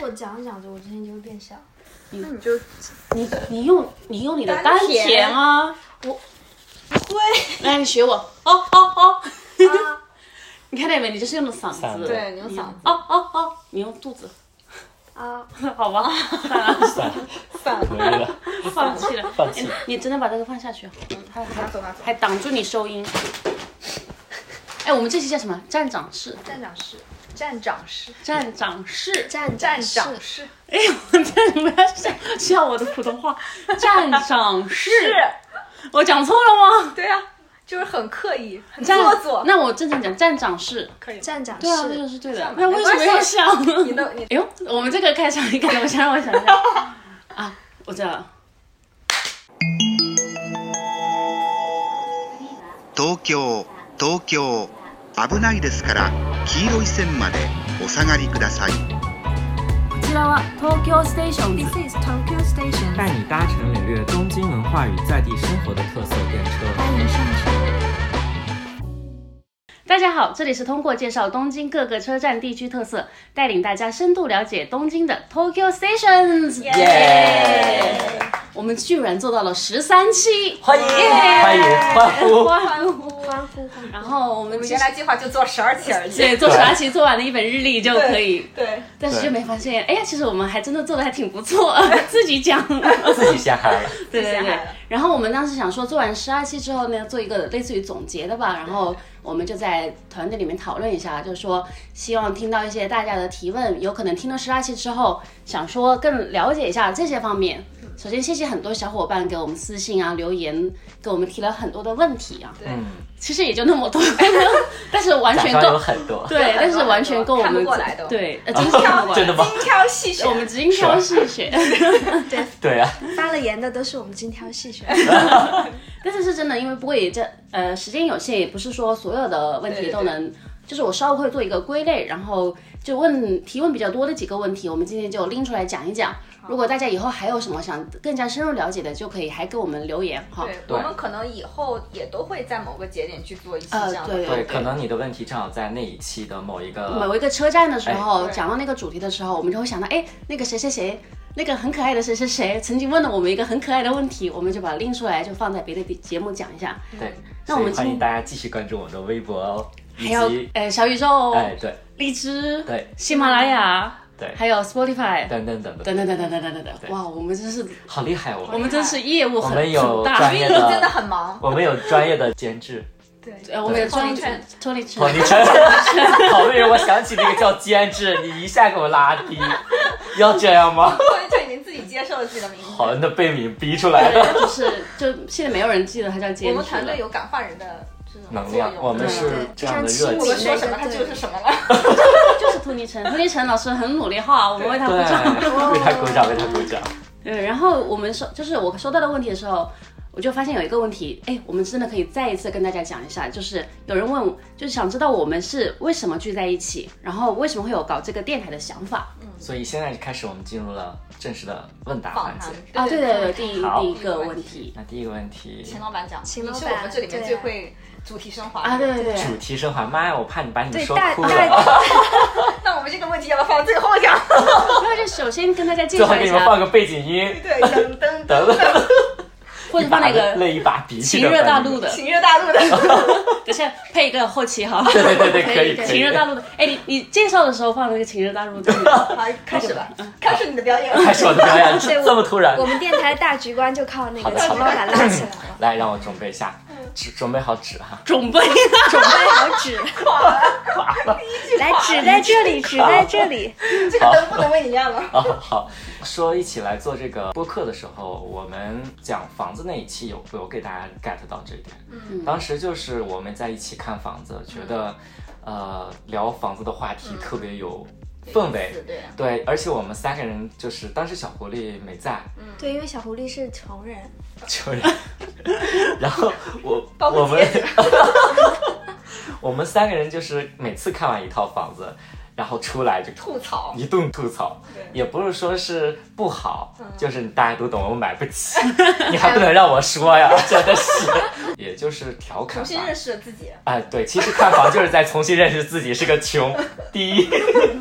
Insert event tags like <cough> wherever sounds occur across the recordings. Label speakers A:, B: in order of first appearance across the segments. A: 我讲着讲着，我之前就会变小。
B: 那你就
C: 你你用你用你的丹田啊，
A: 不会
C: 来你学我，哦哦哦，
A: 啊，
C: <laughs> 你看到没？你就是用的嗓
D: 嗓
C: 子，
D: 子
B: 对，你用嗓子
C: 哦哦哦，你用肚子， <laughs>
A: 啊，
C: 好吧，啊
D: 算了，
B: 散
D: 可以了，
C: <laughs> 放弃了，
D: 放弃
C: 哎你真的把这个放下去，啊
B: 还拿走拿走。
C: 还挡住你收音。哎，我们这期叫什么？站长室，
A: 站长是
B: 站长式，
C: 站长室。
A: 站
B: 站
A: 是
B: 长式，
C: 哎，我这你们要笑笑我的普通话，站长室，我讲错了吗？
B: 对啊，就是很刻意，很
C: 站
B: 做作。
C: 那我正常讲站长室。
B: 可以，
A: 站长
C: 对啊，那
A: 是
C: 就是对
B: 这
C: 的。
B: 样吧
C: 那为什么要笑？
B: <laughs> 你的你
C: 哎呦，我们这个开场，你看，我想让我
B: <laughs>
C: 想一下啊，我知道了。
E: 東京東京危ないですから黄色い線までお下がりください
C: こちらは東京ステーションズ。
A: This is Tokyo
F: <laughs>
A: Station，
F: 带你搭乘领略东京文化与在地生活的特色电车。
A: 欢迎上车。
C: 大家好，这里是通过介绍东京各个车站地区特色，带领大家深度了解东京的 Tokyo Stations。
D: 耶！
C: 我们居然做到了十三期，
D: 欢迎欢迎欢呼，
C: 欢呼！
A: 欢呼欢
C: <laughs> 然后我们
B: 我
C: 其
B: 原
C: 实
B: 来计划就做十二期而已。
C: 对做啥期做完了一本日历就可以，
B: 对，
C: 但是
D: 对
C: 就没发现，哎呀，其实我们还真的做的还挺不
B: <laughs>
C: 错，自己讲。
D: 自己吓嗨了，
C: 对
B: 自己
C: 对
B: 下
C: 对
B: 来了。
C: 然后我们当时想说，做完十二期之后呢，做一个类似于总结的吧。然后我们就在团队里面讨论一下，就是说希望听到一些大家的提问，有可能听了十二期之后，想说更了解一下这些方面。首先，谢谢很多小伙伴给我们私信啊、留言，给我们提了很多的问题啊。
B: 对
D: 嗯，
C: 其实也就那么多，但是完
D: 假
C: 全
D: 装有
C: 够。
D: 很多，
C: 对，但是完全够我
B: 看不
C: 们
B: 过来的
C: 对， <laughs> 呃，真是看不过来
D: 真的吗？
B: 精挑细选
C: 我。们精挑细 <laughs> 选。
D: 对啊，
A: 呼！发了言的都是我们精挑细选。
C: 但是是真的，因为不过也这呃时间有限，也不是说所有的问
B: 对
C: 题
B: 对
C: 都能，就是我稍微会做一个归类，然后就问提问比较多的几个问题，我们今天就拎出来讲一讲。如果大家以后还有什么想更加深入了解的，就可以还给我们留言哈。
B: 对，
D: 对
B: 我们可能以后也都会在某个节点去做一期
C: 呃
B: 这样的。
C: 对
D: 对，可能你的问题正好在那一期的某一
C: 某
D: 个，
C: 一个车站的时
B: 哎
C: 候，
B: 对
C: 讲到那个主题的时候，我们就会想到，哎，那个谁谁谁，那个很可爱的谁谁谁，曾经问了我们一个很可爱的问题，我们就把它拎出来，就放在别的节目讲一下。
D: 对，
C: 那我们
D: 所以欢
C: 今
D: 迎大家继续关注我们的微博哦，以
C: 还有
D: 及，
C: 呃，小宇宙、
D: 哎，对
C: 荔枝、
D: 对
C: 喜马拉雅，
D: 对，
C: 还有 Spotify
D: 等等等
C: 等
D: 等，
C: 等等等等等等等。
D: 对
C: 哇，我们真是
D: 好厉害哦，
C: 我们真是业务很
D: 我们有
C: 很大
D: 专
B: 因
D: 业
B: 为
D: 的
B: 你真的很忙。
D: 我们有专业的监 <laughs> 制，
B: 对，
C: 呃，我们有
D: 对
C: 专
B: 脱离圈
C: 脱离圈
D: 好，你真好为我想起那个叫监制，你一下给我拉低，要这样吗？
B: 所以就已经自己接受了自己的名字。
D: 好，那被你逼出来的
C: 对， <laughs> 就是就现在没有人记得他叫
B: 我
C: 监
B: 们
C: 制
B: 团队
C: 了。
B: 有感化人的这种
D: 能
B: 作
D: 量，
B: 用。
D: 我们
B: 对
D: 是这样的热
A: 对
B: 我
A: 就
B: 们
A: 像
D: 情，
B: 说什么，他就是什
C: <laughs>
B: 么了。
C: 就是兔昵称，兔昵称老师很努力哈，我们为他鼓
D: 对
C: 掌。，
D: <laughs> 为他鼓掌，为他鼓掌，
C: 对，然后我们说，就是我收到的问题的时候，我就发现有一个问题，哎，我们真的可以再一次跟大家讲一下，就是有人问，就是想知道我们是为什么聚在一起，然后为什么会有搞这个电台的想法
D: 所以现在开始，我们进入了正式的问答
B: 访
D: 环
B: 谈
D: 节。
C: 啊？对对对，第一
D: 好
C: 第一个问题
D: 那第一个问题，
B: 秦老板讲，
A: 秦老板
B: 你是我们这里面最
A: 对啊
B: 会主题升华的
C: 啊，对对对，
D: <laughs> 主题升华，妈呀，我怕你把你们
A: 对，
D: 说
A: 大
D: 哭了。
A: 大
B: 那我们这个问题要不要放最后讲？ <laughs>
C: 那就首先跟大家介
D: 最后
C: 绍
D: 给
C: 一
D: 你们放
C: 下，
D: 个背景音，
B: 对，噔噔
D: 等
B: 噔，
C: 或者放 <laughs> 那个
D: 累一把鼻涕
C: 情
D: 的
C: 热大
D: 反应
C: 陆的，
B: 秦越大陆的，
C: 等下配一个后期 <laughs> 哈。
D: 对对对对，可以可以。
C: 情热大陆的，哎，你你介绍的时候放了一个情热大陆 <laughs> 的，
B: 好，开始吧，开始你的表演。
D: 开始我的表演，
A: 对我
D: 这么突然
A: 我。们电台大局观就靠那
D: 好
A: 个
D: 的
A: 秦老板拉起来了。
D: <laughs> 来，让我准备一下，纸准备好纸哈。
C: 准备
A: 准备好纸，来纸在这里，纸在这里。
B: <laughs> 这个能不能为你亮了？
D: 啊，好，说一起来做这个播客的时候，我们讲房子那一期有有给大家 get 到这一点。嗯，当时就是我们在一起看房子，觉得，呃，聊房子的话题特别有氛围。
B: 对，啊
D: 对，而且我们三个人就是当时小狐狸没在，
A: 对，因为小狐狸是穷人，
D: 就是， <laughs> 然后我
B: 包括
D: 我们
B: 鞋子
D: <laughs> 我们三个人就是每次看完一套房子，然后出来就
B: 吐槽。
D: 一顿吐槽，
B: 对
D: 也不是说是不好，就是 <laughs> 大家都懂，我买不起，你还不能让我说呀，真的是，也就是调侃
B: 重
D: 吧
B: 新。认识了自己，
D: 哎，对，其实看房就是在重新认识自己是个穷，第一，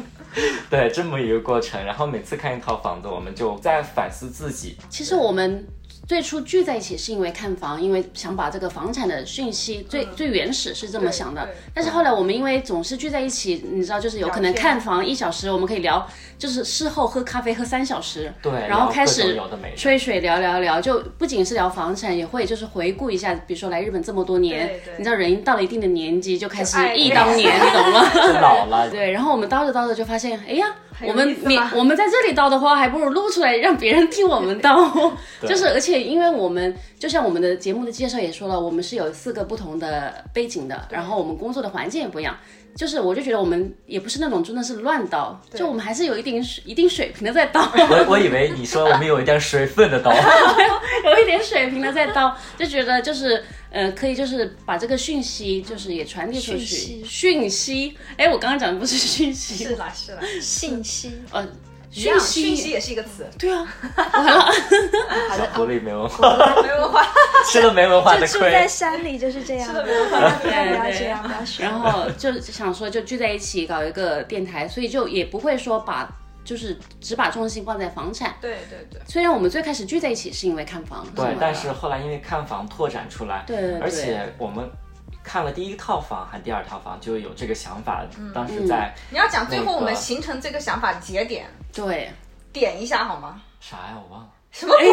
D: <laughs> 对，这么一个过程。然后每次看一套房子，我们就在反思自己。
C: <laughs> 其实我们最初聚在一起是因为看房，因为想把这个房产的讯息最、最原始是这么想的
B: 对对。
C: 但是后来我们因为总是聚在一起，你知道，就是有可能
B: 聊天
C: 看房一小时，我们可以聊，就是事后喝咖啡喝三小时，
D: 对，
C: 然后
D: 各
C: 开
D: 种
C: 始
D: 有的没的。
C: 吹水聊聊聊，就不仅是聊房产，也会就是回顾一下，比如说来日本这么多年，
B: 对对
C: 你知道人到了一定的年纪就开始
B: 就爱
C: 忆
B: 这
C: 当
B: 个
C: 年，你懂吗？
B: <laughs>
D: 就老了，
C: 对，然后我们叨着叨着就发现，哎呀，
B: 有
C: 我们
B: 意思
C: 你
B: 吧
C: 我们在这里叨的话，还不如录出来让别人听我们
B: <laughs>
C: 叨。 <laughs>
D: 对
C: 就是，而且因为我们就像我们的节目的介绍也说了，我们是有四个不同的背景的，然后我们工作的环境也不一样。就是我就觉得我们也不是那种真的是乱叨，
B: 对
C: 就我们还是有一定水一定水平的在叨。
D: 我我以为你说我们有一点水分的刀，
C: 有一点水平的在叨，就觉得就是呃，可以就是把这个讯息就是也传递出去。
A: 讯息
C: 讯息，哎，我刚刚讲的不是讯息， <laughs>
B: 是啦是啦，
A: 信息
C: 呃，
B: 一样
C: 讯
B: 讯息
C: 息。
B: 也是一个词，
C: 对啊，完了，
D: 小狐狸没文化，
B: 没文化，
D: <laughs> 吃了没文化
A: 就
D: 的
A: 住在
D: 啊亏。
A: 山里就是这样，
B: 的
A: 不
B: 没
A: 要
B: 文
A: 不
B: 化
A: 要不要这样，不要学。
C: 然后就想说就聚在一起搞一个电台，所以就也不会说把就是只把重心放在房产。
B: 对对对，
C: 虽然我们最开始聚在一起是因为看房，什么
D: 对
C: 的，
D: 但是后来因为看房拓展出来，
C: 对对对
D: 而且我们看了第一套房还是第二套房，就有这个想法。
B: 嗯
D: 当时在
B: 你要讲最
D: 那
B: 后
D: 个
B: 我们形成这个想法节点，
C: 对，
B: 点一下好吗？
D: 啥呀？我忘了。
B: 什么鬼？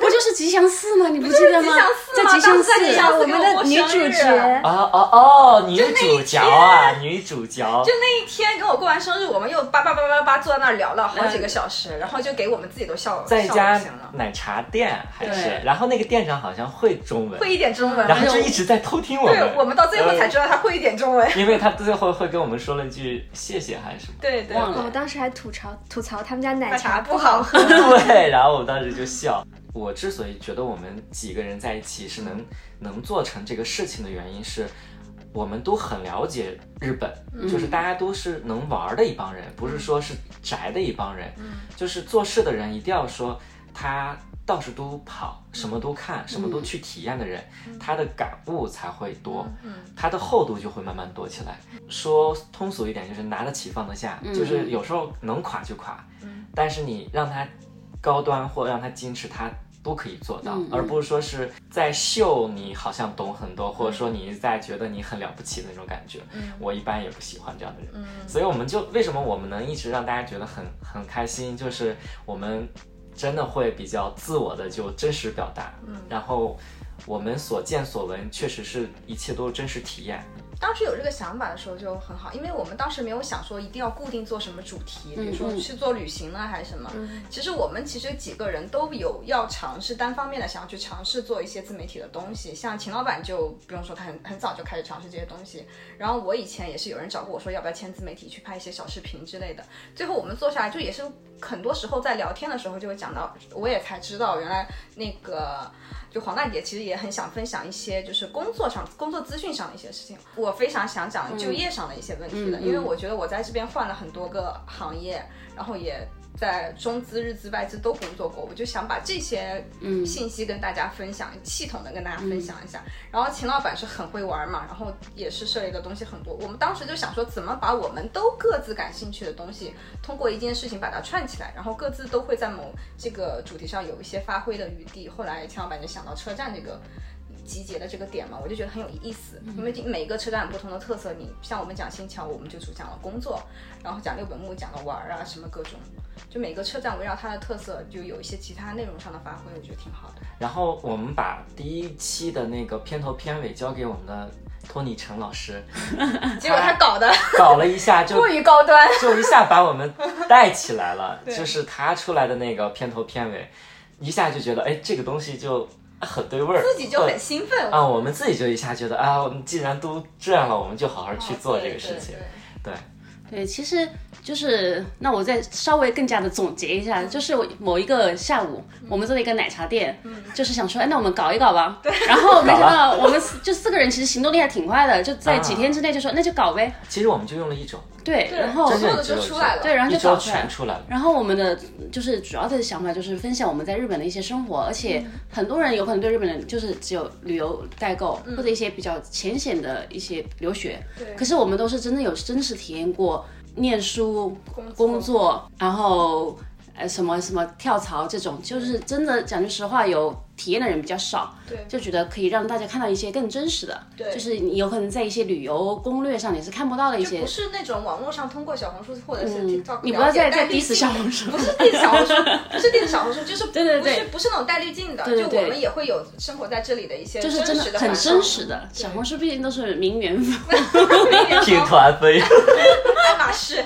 C: 不就是吉祥寺吗？你不记得
B: <laughs>
C: 吗？在
B: 吉
C: 吉祥
B: 祥寺吗当时在吉祥
C: 寺，
B: 寺
A: 我们的女主角
D: 啊哦哦，女主角啊，女主角
B: 就。那一天跟我过完生日，我们又叭叭叭叭叭坐在那儿聊了好几个小时，然后就给我们自己都笑
D: 在一
B: 笑
D: 家
B: 不行了，
D: 奶茶店还是
C: 对，
D: 然后那个店长好像会中文，
B: 会一点中文。
D: 然后就一直在偷听我
B: 对
D: 们。
B: 我们到最后才知道他会一点中文。
D: 呃，因为他最后会跟我们说了一句谢谢还是什么。
B: 对对
C: 忘了
A: 哦我当时还吐槽吐槽他们家奶
B: 奶
A: 茶
B: 茶不
A: 不
B: 好
A: 好
B: 喝
A: 喝，
D: 对，然后我们当时就笑。我之所以觉得我们几个人在一起是能能做成这个事情的原因是，我们都很了解日本，就是大家都是能玩儿的一帮人，不是说是宅的一帮人。就是做事的人一定要说他到处都跑，什么都看，什么都去体验的人，他的感悟才会多。
B: 嗯，
D: 它的厚度就会慢慢多起来。说通俗一点，就是拿得起放得下，
C: 嗯
D: 就是有时候能垮就垮，
B: 嗯
D: 但是你让它高端或让它矜持，它都可以做到，
C: 嗯嗯
D: 而不是说是在秀你好像懂很多，
C: 嗯
D: 或者说你在觉得你很了不起的那种感觉。
B: 嗯
D: 我一般也不喜欢这样的人。
B: 嗯
D: 所以我们就为什么我们能一直让大家觉得很很开心，就是我们真的会比较自我的就真实表达，
B: 嗯
D: 然后我们所见所闻确实是一切都是真实体验，
B: 当时有这个想法的时候就很好，因为我们当时没有想说一定要固定做什么主题，比如说
C: 嗯嗯嗯
B: 去做旅行呢啊还是什么。其实我们其实几个人都有要尝试单方面的想要去尝试做一些自媒体的东西，像秦老板就不用说，他很很早就开始尝试这些东西。然后我以前也是有人找过我说要不要签自媒体去拍一些小视频之类的，最后我们坐下来就也是很多时候在聊天的时候就会讲到，我也才知道原来那个。就黄大姐其实也很想分享一些就是工作上、工作资讯上的一些事情。我非常想讲就业上的一些问题的，
C: 嗯嗯
B: 因为我觉得我在这边换了很多个行业，然后也在中资、日资、外资都工作过，我就想把这些
C: 嗯
B: 信息跟大家分享，系统的跟大家分享一下。然后秦老板是很会玩嘛，然后也是涉猎的东西很多。我们当时就想说，怎么把我们都各自感兴趣的东西，通过一件事情把它串起来，然后各自都会在某这个主题上有一些发挥的余地。后来秦老板就想到车站这个。集结的这个点嘛，我就觉得很有意思，因为每个车站有不同的特色。你像我们讲新桥，我们就主讲了工作，然后讲六本木，讲了玩儿啊，什么各种，就每个车站围绕它的特色，就有一些其他内容上的发挥，我觉得挺好的。
D: 然后我们把第一期的那个片头片尾交给我们的托尼陈老师，
B: <laughs> <laughs> 结果他搞得
D: 搞了一下就
B: 过于高端，
D: <laughs> 就一下把我们带起来
B: <laughs>
D: 了，就是他出来的那个片头片尾，一下就觉得哎这个东西就很对味儿，
B: 自己就
D: 对
B: 很兴奋。
D: 啊，我们自己就一下觉得啊，我们既然都这样了，我们就好
B: 啊
D: 好去做这个事情。
B: 嗯
D: 对，
C: 对，其实就是那我再稍微更加的总结一下，
B: 嗯
C: 就是我某一个下午，我们做了一个奶茶店，
B: 嗯
C: 就是想说，哎，那我们搞一搞吧。对。然后没想到我们四就四个人其实行动力还挺快的，就在几天之内就说那就搞呗。
D: 其实我们就用了一周，
C: 对，
B: 对
C: 然后
D: 真
B: 所有
D: 的
B: 的
D: 只
B: 都
D: 有
B: 出来了，
C: 对，然后
D: 一
C: 就
D: 周
C: 搞出来
D: 全。出
B: <laughs>
D: 来了。
C: 然后我们的就是主要的想法就是分享我们在日本的一些生活，而
B: 嗯
C: 且很多人有可能对日本人就是只有旅游代购、或者一些比较浅显的一些留学，
B: 嗯对
C: 可是我们都是真的有真实体验过念书、
B: 工作
C: 工
D: 嗯
C: 作，然后呃什么什么跳槽这种，就是真的讲句实话，有体验的人比较少，
B: 对
C: 就觉得可以让大家看到一些更真实的，
B: 对
C: 就是你有可能在一些旅游攻略上你是看不到的一
B: 就
C: 些
B: 不，是那种网络上通过小红书或者是
C: 嗯
B: TikTok，、，
C: 你不要再再
B: 带滤
C: diss
B: 镜
C: 小红书
B: 不，是电小
C: <laughs>
B: 红书，不是电小红书，就是
C: 对对对
B: 不是不是那种带滤镜的，
C: 对对
B: 就
C: 对
B: 我们也会有生活在这里的一些
C: 就是真
B: 真
C: 的
B: 实的
C: 很
B: 感受
C: 真实的，小红书毕竟都是名媛，
B: <laughs>
D: 听团飞。
B: 爱马仕，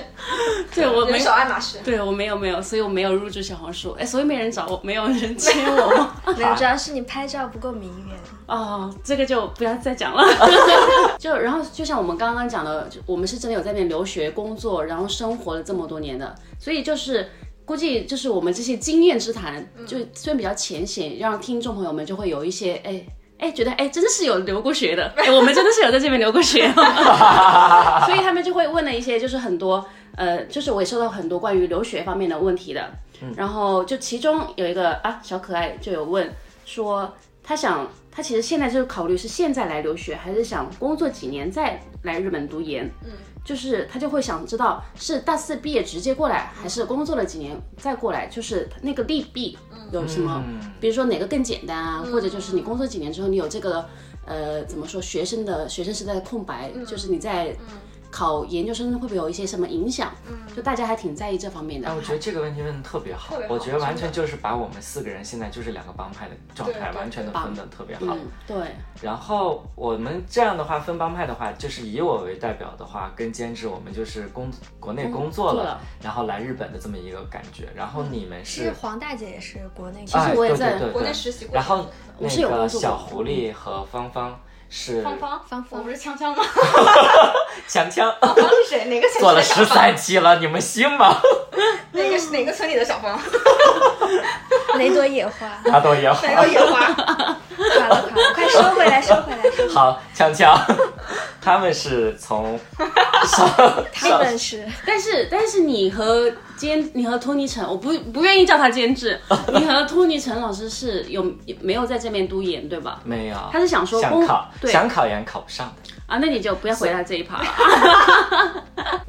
C: 对我没
B: 人手爱马仕，
C: 对我没有没有，所以我没有入驻小红书，哎，所以没人找我，没有人接我。
A: 没有，主要是你拍照不够名媛。
C: 哦，这个就不要再讲了。 <laughs> 就然后就像我们刚刚讲的，就我们是真的有在那边留学、工作，然后生活了这么多年的，所以就是估计就是我们这些经验之谈，就虽然比较浅显，让听众朋友们就会有一些哎。哎，觉得哎，真的是有留过学的，哎，我们真的是有在这边留过学、所以他们就会问了一些，就是很多，呃，就是我也收到很多关于留学方面的问题的，然后就其中有一个啊小可爱就有问说，他想他其实现在就是考虑是现在来留学，还是想工作几年再来日本读研，嗯，就是他就会想知道是大四毕业直接过来，还是工作了几年再过来，就是那个利弊有什么，
D: 嗯
C: 比如说哪个更简单啊，或者就是你工作几年之后你有这个。呃，怎么说？学生的学生时代的空白，就是你在考研究生会不会有一些什么影响？就大家还挺在意这方面的。
D: 哎，我觉得这个问题问的特别好，
B: 特别好
D: 我觉得完全就是把我们四个人现在就是两个帮派的状态，
B: 对对
D: 完全的分的特别好。
C: 嗯，对，
D: 然后我们这样的话分帮派的话，就是以我为代表的话，跟监制我们就是工国内工作
C: 做
D: 了，
C: 了
D: 然后来日本的这么一个感觉。然
B: 嗯
D: 后你们
A: 其
D: 是
A: 实，黄大姐也是国内，
D: 哎
C: 其实我也在
D: 对对对对
B: 国内实习过
D: 然后
C: 我是有
D: 那
C: 工
D: 个
C: 作过
D: 小狐狸和芳芳是
B: 芳芳
A: 芳芳
B: 我不是锵锵吗？
D: 强强
B: 芳芳是谁？哪个城
D: 做了
B: 市的小
D: 十
B: 芳？
D: 三期了，你们信吗？
C: <laughs>
B: 哪个哪个村里的小芳？
A: 雷朵野花，
D: 他都有。
B: 哪个
C: <laughs>
B: 野花？
A: 垮了垮了，快收回来，收回来，收回来。
D: 好，强强，他们是从
A: 他们是
C: 但是但是你和监，你和托尼陈，我不不愿意叫他监
D: <laughs>
C: 制，你和托尼陈老师是有没有在这边读研对吧？
D: 没有，
C: 他是想说
D: 想
C: 公
D: 考，
C: 对
D: 想考研考不上的。
C: 啊，那你就不要回答这一趴了。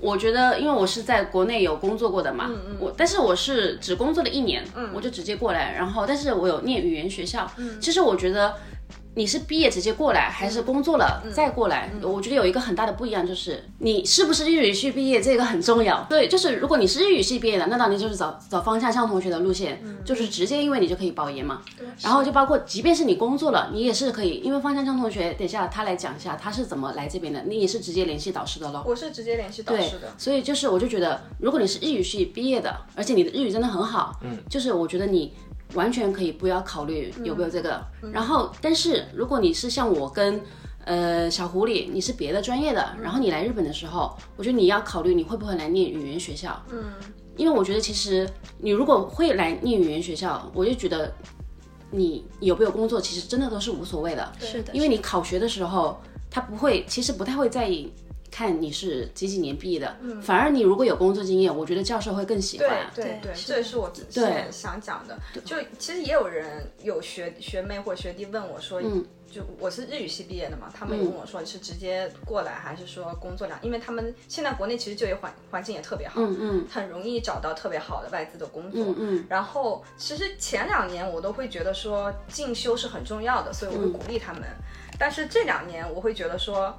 C: 我觉得，因为我是在国内有工作过的嘛，我但是我是只工作了一年，我就直接过来，然后但是我有念语言学校，其实我觉得。你是毕业直接过来，还是工作了、再过来？我觉得有一个很大的不一样，就是你是不是日语系毕业，这个很重要。对，就是如果你是日语系毕业的，那当然就是找找方向向同学的路线，就是直接因为你就可以保研嘛。然后就包括，即便是你工作了，你也是可以，因为方向向同学，等一下他来讲一下他是怎么来这边的，你也是直接联系导师的喽。
B: 我是直接联系导
C: 对
B: 师的，，
C: 所以就是我就觉得，如果你是日语系毕业的，而且你的日语真的很好，嗯，就是我觉得你完全可以不要考虑有没有这个。然后，但是如果你是像我跟呃小狐狸，你是别的专业的，然后你来日本的时候，我觉得你要考虑你会不会来念语言学校，嗯，因为我觉得其实你如果会来念语言学校，我就觉得你有没有工作，其实真的都是无所谓的。
A: 是的，
C: 因为你考学的时候，他不会，其实不太会在意看你是几几年毕业的，反而你如果有工作经验，我觉得教授会更喜欢。
B: 嗯对对
A: 对
B: 对，
A: 是
B: 这也是我之前想讲的。就其实也有人有学学妹或学弟问我说，就我是日语系毕业的嘛，他们也问我说你是直接过来还是说工作两？因为他们现在国内其实就业环环境也特别好，
C: 嗯嗯
B: 很容易找到特别好的外资的工作。
C: 嗯嗯，
B: 然后其实前两年我都会觉得说进修是很重要的，所以我会鼓励他们。但是这两年我会觉得说，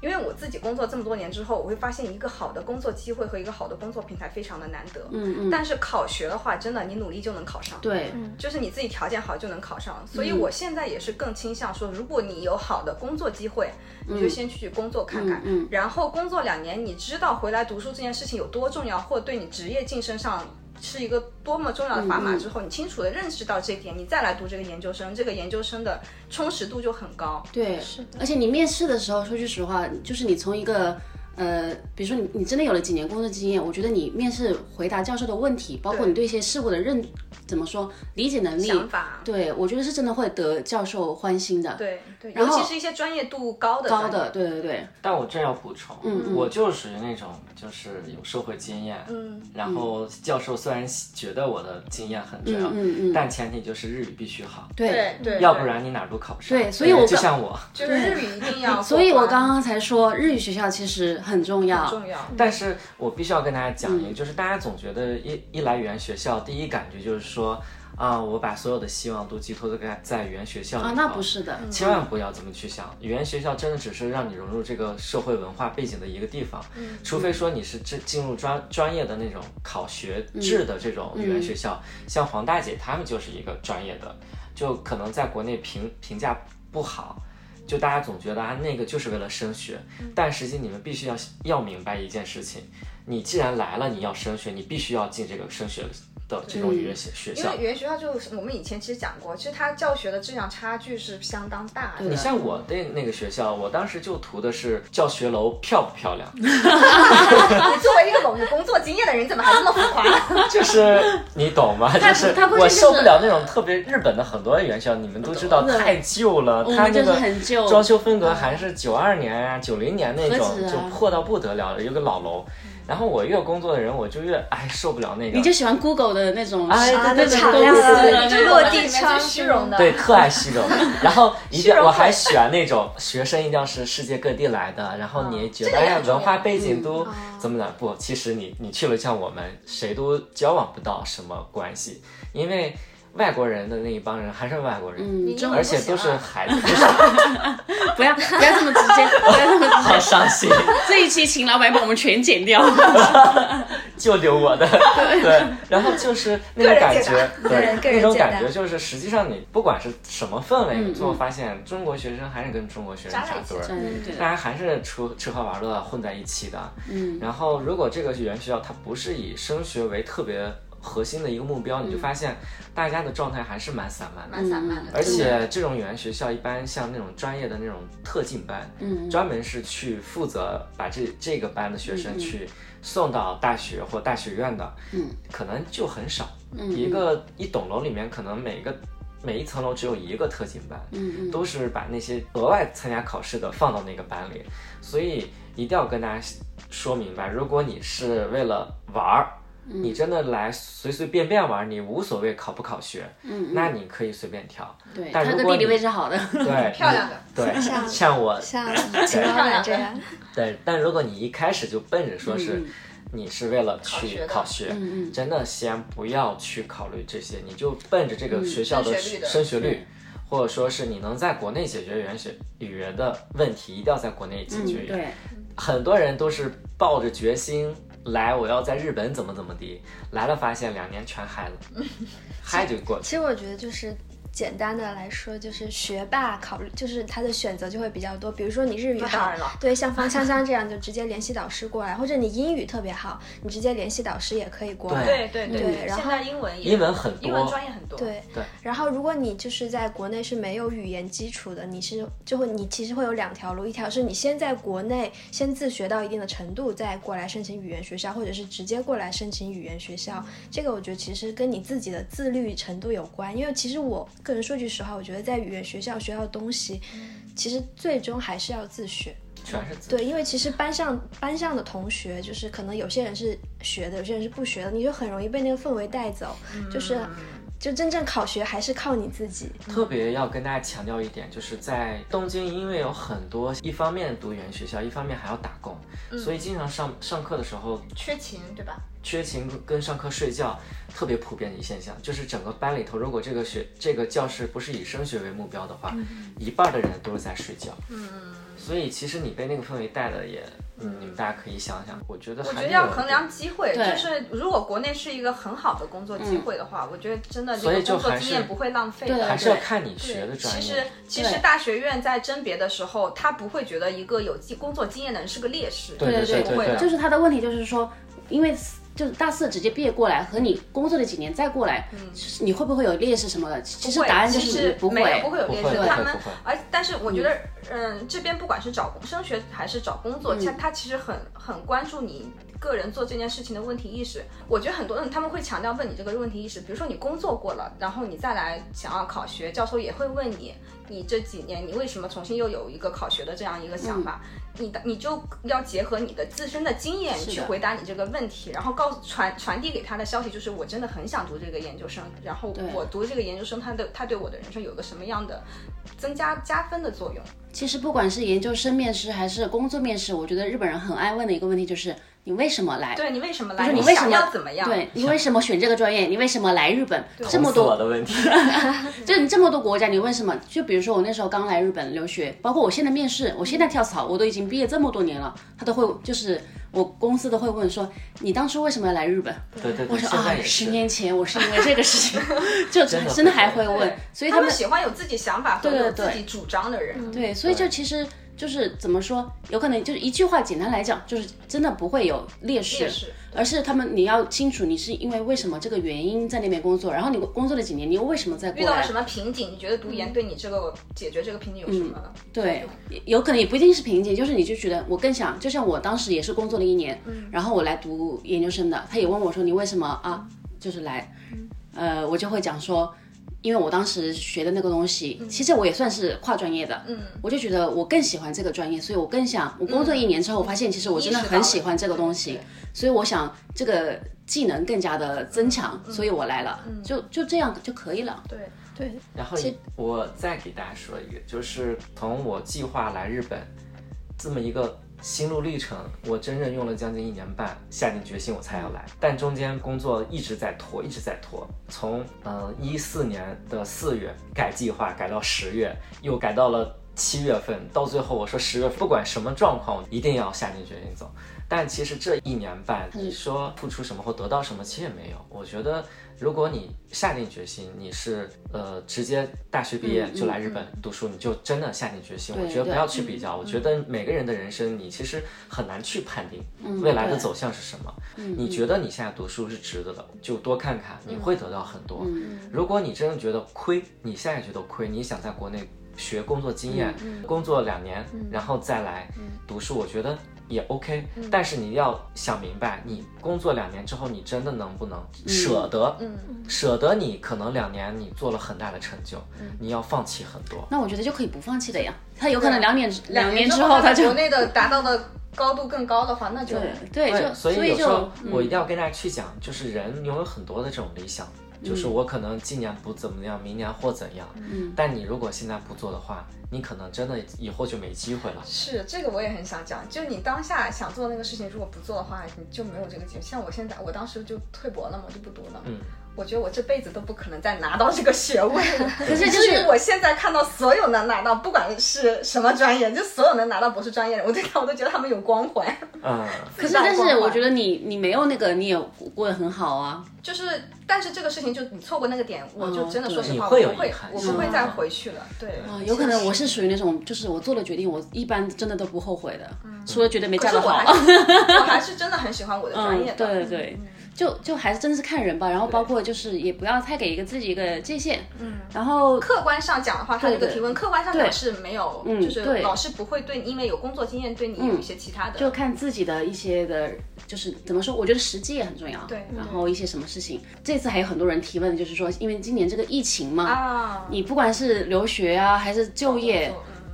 B: 因为我自己工作这么多年之后，我会发现一个好的工作机会和一个好的工作平台非常的难得。
C: 嗯嗯
B: 但是嗯考学的话，真的你努力就能考上。。
C: 对，嗯
B: 就是你自己条件好就能考上，所以我现在也是更倾向说，如果你有好的工作机会，你就先去工作看看，
C: 嗯嗯
B: 然后工作两年，你知道回来读书这件事情有多重要，或者对你职业晋升上是一个多么重要的砝
C: 嗯
B: 码之后，你清楚的认识到这一点，你再来读这个研究生，这个研究生的充实度就很高。
C: 对，而且你面试的时候，说句实话，就是你从一个。呃，比如说你，你真的有了几年工作经验，我觉得你面试回答教授的问题，包括
B: 对
C: 你对一些事物的认，怎么说理解能力，
B: 想法，
C: 对我觉得是真的会得教授欢心的，
B: 对对，
C: 然
B: 尤
C: 后
B: 其是一些专业度高的
C: 高
B: 专业
C: 的，，对对对，
D: 但我这要补充，
C: 嗯
D: 我就属于那种就是有社会经验，
B: 嗯，
D: 然后教授虽然觉得我的经验很重要，
C: 嗯嗯嗯
D: 但前提就是日语必须好，
C: 对，
B: 对对，
D: 要不然你哪儿都考不上。
C: 对所以我
D: 就
C: 刚
D: 像我，
C: <laughs>
B: 就是日语一定要过关，
C: 所以我刚刚才说日语学校其实很重
B: 很
C: 要。
B: 重要。
D: 但是我必须要跟大家
C: 嗯
D: 讲，也就是大家总觉得一一来语言学校，第一感觉就是说啊，我把所有的希望都寄托在在语言学校里
C: 啊，
D: 头
C: 那不是的，
B: 嗯
D: 千万不要这么去想，语言学校真的只是让你融入这个社会文化背景的一个地方，
B: 嗯
D: 除非说你是进进入专专业的那种考学制的这
B: 嗯
D: 种语言学校，像黄大姐她们就是一个专业的，就可能在国内评评价不好。就大家总觉得啊，那个就是为了升学，
B: 嗯
D: 但实际你们必须要要明白一件事情，你既然来了，你要升学，你必须要进这个升学的这种语言学学
B: 嗯因
D: 校
B: 为。语言学校就是我们以前其实讲过，其实它教学的质量差距是相当大的。
D: 你像我的那个学校，我当时就图的是教学楼漂不漂亮，
B: <laughs>
D: <laughs>
B: 你作为一个有工作经验的人，你怎么还这么浮夸？
D: 就是你懂吗？
C: 他
D: 就是
C: 他关键
D: 我
C: 就是
D: 受不了那种特别日本的很多院校，你们都知道太旧了，
C: 我
D: 他
C: 们
D: 那
C: 就是
D: 个
C: 很旧嗯
D: 装修风格还是九二年啊、九零年那
C: 何
D: 种
C: 止，啊嗯
D: 就破到不得了了，有个老楼。然后我越工作的人，我就越哎受不了那
C: 你就
D: 个，
C: 喜欢 Google 的那种
D: 哎
C: 那
D: 对
C: 种
D: 对
C: 公
A: 对
C: 司
A: 对 <laughs>
C: 的
A: 对
C: 那
A: 对
C: 种
A: 落
B: 落
A: 地
B: 地
A: 窗
B: 窗虚荣
D: <laughs>
B: 的，
D: 对，特爱虚荣。然后一定
B: 虚荣
D: 我还选那种学生，一定要是世界各地来的。然后你觉得
B: 这个
D: 哎
B: 也
D: 呀
B: 很，重
D: 文化
B: 要
D: 背景都怎么的？不，其实你你去了像我们，谁都交往不到什么关系，因为外国人的那一帮人还是外国人。
C: 嗯，中
D: 而且都是孩子，就是
C: 不要不要这么直接，不要这么直接。
D: 好伤心，
C: 这一期秦老板把我们全剪掉，
D: <laughs> 就留我的。对，然后就是那种感觉，对，
A: 个人
D: 那种
A: 解答
D: 感觉就是，实际上你不管是什么氛围，你最后发现中国学生还是跟中国学生
B: 扎在
D: 扎
B: 一起
D: 堆儿，
C: 嗯，对
D: 大
C: 的，
D: 家还是吃吃喝玩乐混在一起的。
C: 嗯，
D: 然后如果这个语言学校它不是以升学为特别核心的一个目标，
C: 嗯
D: 你就发现大家的状态还是蛮散漫
A: 嗯
D: 的。
B: 蛮散漫的。
D: 而且这种语言学校一般像那种专业的那种特进班，
C: 嗯
D: 专门是去负责把这这个班的学生去送到大学或大学院的，
C: 嗯，
D: 可能就很少，
C: 嗯
D: 一个一栋楼里面可能每个每一层楼只有一个特进班，
C: 嗯嗯，
D: 都是把那些额外参加考试的放到那个班里，所以一定要跟大家说明白，如果你是为了玩儿。
C: 嗯
D: 你真的来随随便便玩儿，你无所谓考不考学，
C: 嗯
D: 那你可以随便挑。
B: <laughs>
C: 对，
D: 但
C: 他
D: 如
C: 的
D: 果
C: 地
D: 你
C: 理位置好的，
D: 对，
B: 漂亮的
D: 你对，
A: 像
D: 像我
A: 像秦老板这样，
D: 对，但如果你一开始就奔着说是
C: 嗯
D: 你是为了
B: 考学
D: 去
B: 的
D: 考学，
C: 嗯嗯
D: 真的先不要去考虑这些，你就奔着这个学校的
B: 嗯升学率的
D: 升学率，或者说是你能在国内解决语言学语言的问题，一定要在国内解
C: 嗯，
D: 决。
C: 对，
D: 很多人都是抱着决心来，我要在日本怎么怎么地，来了发现两年全
B: <laughs>
D: 嗨了，嗨就过去。
A: 其实我觉得就是简单的来说，就是学霸考虑，就是他的选择就会比较多。比如说你日语
B: 那当
A: 好
B: 然了，
A: 对，像方香香这样就直接联系导师过来，或者你英语特别好，你直接联系导师也可以过来。
B: 对对
A: 对
B: 对，
A: 然后
B: 现在英文也
D: 英文很多
B: 英文专业很多。，
A: 对
D: 对
A: 然后如果你就是在国内是没有语言基础的，你是就会你其实会有两条路，一条是你先在国内先自学到一定的程度，再过来申请语言学校，或者是直接过来申请语言学校。这个我觉得其实跟你自己的自律程度有关，因为其实我个人说句实话，我觉得在语言学校学到的东西，其实最终还是要自学。
D: 全是自己
A: 对，因为其实班上班上的同学，就是可能有些人是学的，有些人是不学的，你就很容易被那个氛围带走，就是就真正考学还是靠你自己。
D: 特别要跟大家强调一点，就是在东京，因为有很多一方面读语言学校，一方面还要打工，
B: 嗯
D: 所以经常上上课的时候
B: 缺勤对吧？
D: 缺勤跟上课睡觉特别普遍的一现象。就是整个班里头，如果这个学这个教室不是以升学为目标的话，
B: 嗯
D: 一半的人都是在睡觉。嗯，所以其实你被那个氛围带的也，嗯，你们大家可以想想，我觉得
B: 我觉
D: 还
B: 得
D: 是
B: 要
D: 有
B: 衡量机会，
C: 对
B: 就是如果国内是一个很好的工作
A: 嗯
B: 机会的话，我觉得真的这
D: 所
B: 个
D: 以就
B: 工作
D: 还
B: 经
D: 是
B: 验不会浪费的。
C: 对
D: 还是要看你学的专
B: 其
D: 业。
B: 实其实大学院在甄别的时候，他不会觉得一个有经工作经验的人是个劣势，
D: 对对
C: 对
D: 对
B: 不会
D: 对
B: 的
C: 就。是他的问题就是说，因为就是大四直接毕业过来和你工作的几年再过来，是你会不会有劣势什么的？其实
B: 会
C: 答案就
B: 其
C: 是
B: 实
C: 不
B: 没有不
C: 会。
B: 会有
D: 不
B: 劣
D: 会
B: 势，
D: 不
B: 他
D: 会
B: 们
D: 不会
B: 而但是我觉得，嗯
C: 嗯
B: 嗯，这边不管是找工升学还是找工作，他他其实很很关注你个人做这件事情的问题意识。我觉得很多人他们会强调问你这个问题意识，比如说你工作过了，然后你再来想要考学，教授也会问你，你这几年你为什么重新又有一个考学的这样一个想法？你的你就要结合你的自身的经验
C: 是的
B: 去回答你这个问题，然后告诉传传递给他的消息就是我真的很想读这个研究生，然后
C: 对
B: 我读这个研究生，他的他对我的人生有个什么样的增加加分的作用？
C: 其实不管是研究生面试还是工作面试，我觉得日本人很爱问的一个问题就是你为什么来？
B: 对你为什么
C: 就
B: 来？
C: 是你为什
B: 想
C: 么
B: 要怎么样？
C: 对你为什么选这个专业？你为什么来日本？这
D: 捅
C: 么
D: 死
C: 多，
D: 我的问
B: <laughs>
D: 题。
C: 就是你这么多国家，你为什么？就比如说我那时候刚来日本留学，包括我现在面试，我现在跳槽，我都已经毕业这么多年了，他都会就是我公司都会问说你当初为什么要来日本？
D: 对对
C: 我
D: 对，
C: 说
D: 现
C: 啊
D: 在，也
C: 十
D: 是。
C: 年前我是因为这个事
D: <laughs>
C: 情，就
D: 真的
C: 真的还
D: 会
C: 会问
B: 对，
C: 所以
B: 他
C: 他
B: 们喜欢有自己想法和
C: 对对
B: 有自
C: 对嗯
B: 己主张的人。
C: 对，所以就其实就是怎么说，有可能就是一句话，简单来讲，就是真的不会有劣势，
B: 劣势
C: 而是他们你要清楚你是因为为什么这个原因在那边工作，然后你工作了几年，你又为什么在
B: 遇
C: 过
B: 到了
C: 来
B: 什？么瓶颈？你觉得读研对你这个解决这个瓶颈有什么？
C: 嗯对，也有可能也不一定是瓶颈，就是你就觉得我更想，就像我当时也是工作了一年，然后我来读研究生的，他也问我说你为什么啊，就是来，呃，我就会讲说。因为我当时学的那个东西，其实我也算是跨专业的，嗯，我就觉得我更喜欢这个专业，所以我更想，我工作一年之后，我发现其实我真的
B: 意识到了
C: 很喜欢这个东西，所以我想这个技能更加的增强，所以我来了，就就这样就可以了。
B: 对，
A: 对，
D: 然后
A: 其实
D: 我再给大家说一个，就是从我计划来日本这么一个心路历程，我整整用了将近一年半，下定决心我才要来。但中间工作一直在拖，一直在拖。从呃一四年的四月改计划，改到十月，又改到了七月份，到最后我说十月，不管什么状况，我一定要下定决心走。但其实这一年半，你说付出什么或得到什么，其实也没有。我觉得，如果你下定决心，你是呃直接大学毕业就来日本读书，你就真的下定决心。我
C: 对
D: 觉得不
C: 对嗯
D: 要去比较，我觉得每个人的人生，你其实很难去判定未来的
C: 嗯对嗯
D: 走向是什么。你觉得你现在读书是值得的，就多看看，你会得到很多。
C: 嗯
D: 如果你真的觉得亏，你现在觉得亏，你想在国内学工作经验，
C: 嗯
D: 工作两年，然后再来读书，我觉得也 OK、但
C: 嗯
D: 是你要想明白，你工作两年之后，你真的能不能
C: 嗯
D: 舍得？舍得你可能两年你做了很大的成就，
C: 嗯
D: 你要放弃很多。
C: 那我觉得就可以不放弃的呀，他有可能两年啊两
B: 年
C: 年之后
B: 他
C: 他
B: 在
C: 就
B: 国内的达到的高度更高的话，那就
C: 对对，就
D: 哎所以有时
C: 就
D: 候
B: 嗯
C: 嗯
D: 我一定要跟大家去讲，就是人拥有很多的这种理想，就是
C: 嗯
D: 我可能今年不怎么样，明年或怎样。嗯，但你如果现在不做的话，你可能真的以后就没机会了。
B: 是这个我也很想讲，就你当下想做的那个事情，如果不做的话，你就没有这个机会。像我现在，我当时就退博了嘛，我就不读了。
D: 嗯，
B: 我觉得我这辈子都不可能再拿到这个学位了。可
C: 是就是
B: 是我现在看到所有能拿到，不管是什么专业，就所有能拿到博士专业的，我对他我都觉得他们有光环。
D: 嗯，
C: 可是但是我觉
B: 得。
C: 得你你没有那个你也过得很好啊，
B: <laughs> 就是，但是这个事情就你错过那个点，我就真的说实话，
D: 嗯你会
B: 我
D: 有
B: 不会
D: 遗憾，嗯
B: 我
D: 是
B: 不会
D: 吗
B: 再回去了。对，
C: 啊有可能我是属于那种就是我做了决定，我一般真的都不后悔的，除了觉得没
B: 嗯可
C: 嫁
B: 是
C: 得
B: 我
C: 好
B: 还。
C: <laughs>
B: 是我还是真的很喜欢我的专
C: 嗯
B: 业，的。
C: 对对，就就还是真的是看人吧，然后包括就是也不要太给一个自己一个界限，嗯，然后
B: 客观上讲的话，他这
C: 对
B: 个
C: 对
B: 提问客观上讲
C: 对
B: 是没有，
C: 嗯
B: 就是
C: 对嗯
B: 老师不会对你，因为有工作经验对你有一些其他的。
C: 就看自己的一些的，就是怎么说，我觉得时机也很重要，
B: 对
C: 然后一些什么事情，这次还有很多人提问，就是说因为今年这个疫情嘛，
B: 啊，
C: 你不管是留学啊，还是就业，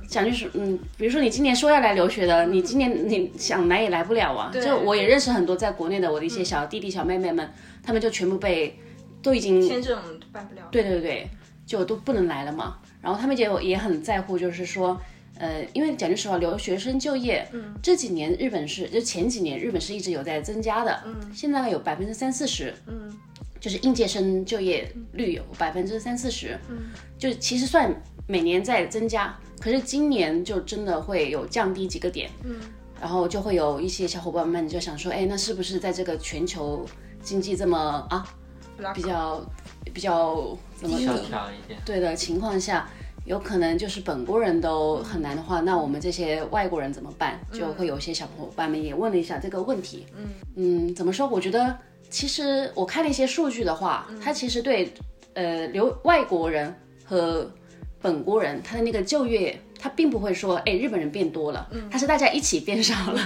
C: 想就是嗯，比如说你今年说要来留学的，你今年你想来也来不了啊。就我也认识很多在国内的我的一些小弟弟小妹妹们，他们就全部被都已经
B: 签证办不了。
C: 对对对，就都不能来了嘛。然后他们也有也很在乎，就是说，呃，因为讲句实话，留学生就业，嗯，这几年日本是就前几年日本是一直有在增加的，嗯，现在有百分之三四十，嗯，就是应届生就业率有百分之三四十，嗯，就其实算每年在增加，可是今年就真的会有降低几个点，嗯。然后就会有一些小伙伴们就想说，哎，那是不是在这个全球经济这么啊比较比较怎么
D: 萧
C: 说
D: 条一点。
C: 对的情况下，有可能就是本国人都很难的话，那我们这些外国人怎么办？就会有一些小伙伴们也问了一下这个问题。嗯怎么说？我觉得其实我看了一些数据的话，它其实对呃留外国人和本国人他的那个就业，他并不会说，哎，日本人变多了，他是大家一起变少了。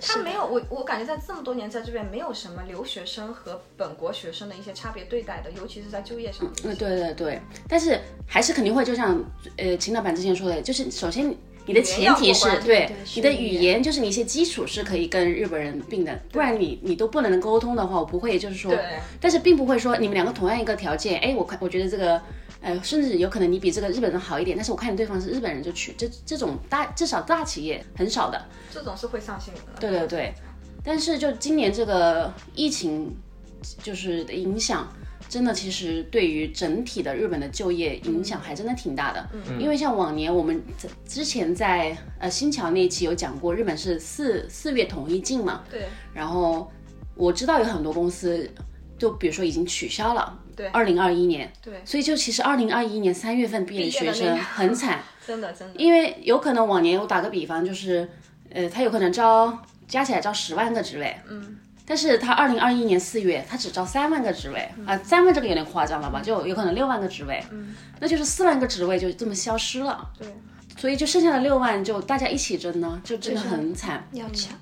B: 他没有我，我感觉在这么多年在这边没有什么留学生和本国学生的一些差别对待的，尤其是在就业上面。
C: 嗯，对对对，但是还是肯定会，就像呃秦老板之前说的，就是首先你的前提是
B: 语言要过关
C: 对
A: 对
C: 你
A: 是
C: 的
A: 语
C: 语
A: 言
C: 言，就是你一些基础是可以跟日本人并的，不然你你都不能沟通的话，我不会就是说，
B: 对
C: 但是并不会说你们两个同样一个条件，哎，我看我觉得这个。呃，甚至有可能你比这个日本人好一点，但是我看你对方是日本人就去，这这种大至少大企业很少的，
B: 这种是会上新闻的。
C: 对对对，但是就今年这个疫情，就是的影响，真的其实对于整体的日本的就业影响还真的挺大的。
B: 嗯
C: 因为像往年我们之之前在呃新桥那一期有讲过，日本是四四月统一禁嘛，
B: 对
C: 然后我知道有很多公司，就比如说已经取消了。
B: 对
C: 二零二一年，
B: 对，
C: 所以就其实二零二一年三月份毕业的
B: 毕业的
C: 学
B: 那
C: 生
B: 个
C: 很惨，
B: 真的真的。
C: 因为有可能往年我打个比方，就是呃，他有可能招加起来招十万个职位，
B: 嗯，
C: 但是他二零二一年四月他只招三万个职位啊，三、万这个有点夸张了吧？就有可能六万个职位，嗯，那就是四万个职位就这么消失了，
B: 对，
C: 所以就剩下的六万就大家一起争呢，就真的很惨，
A: 要抢，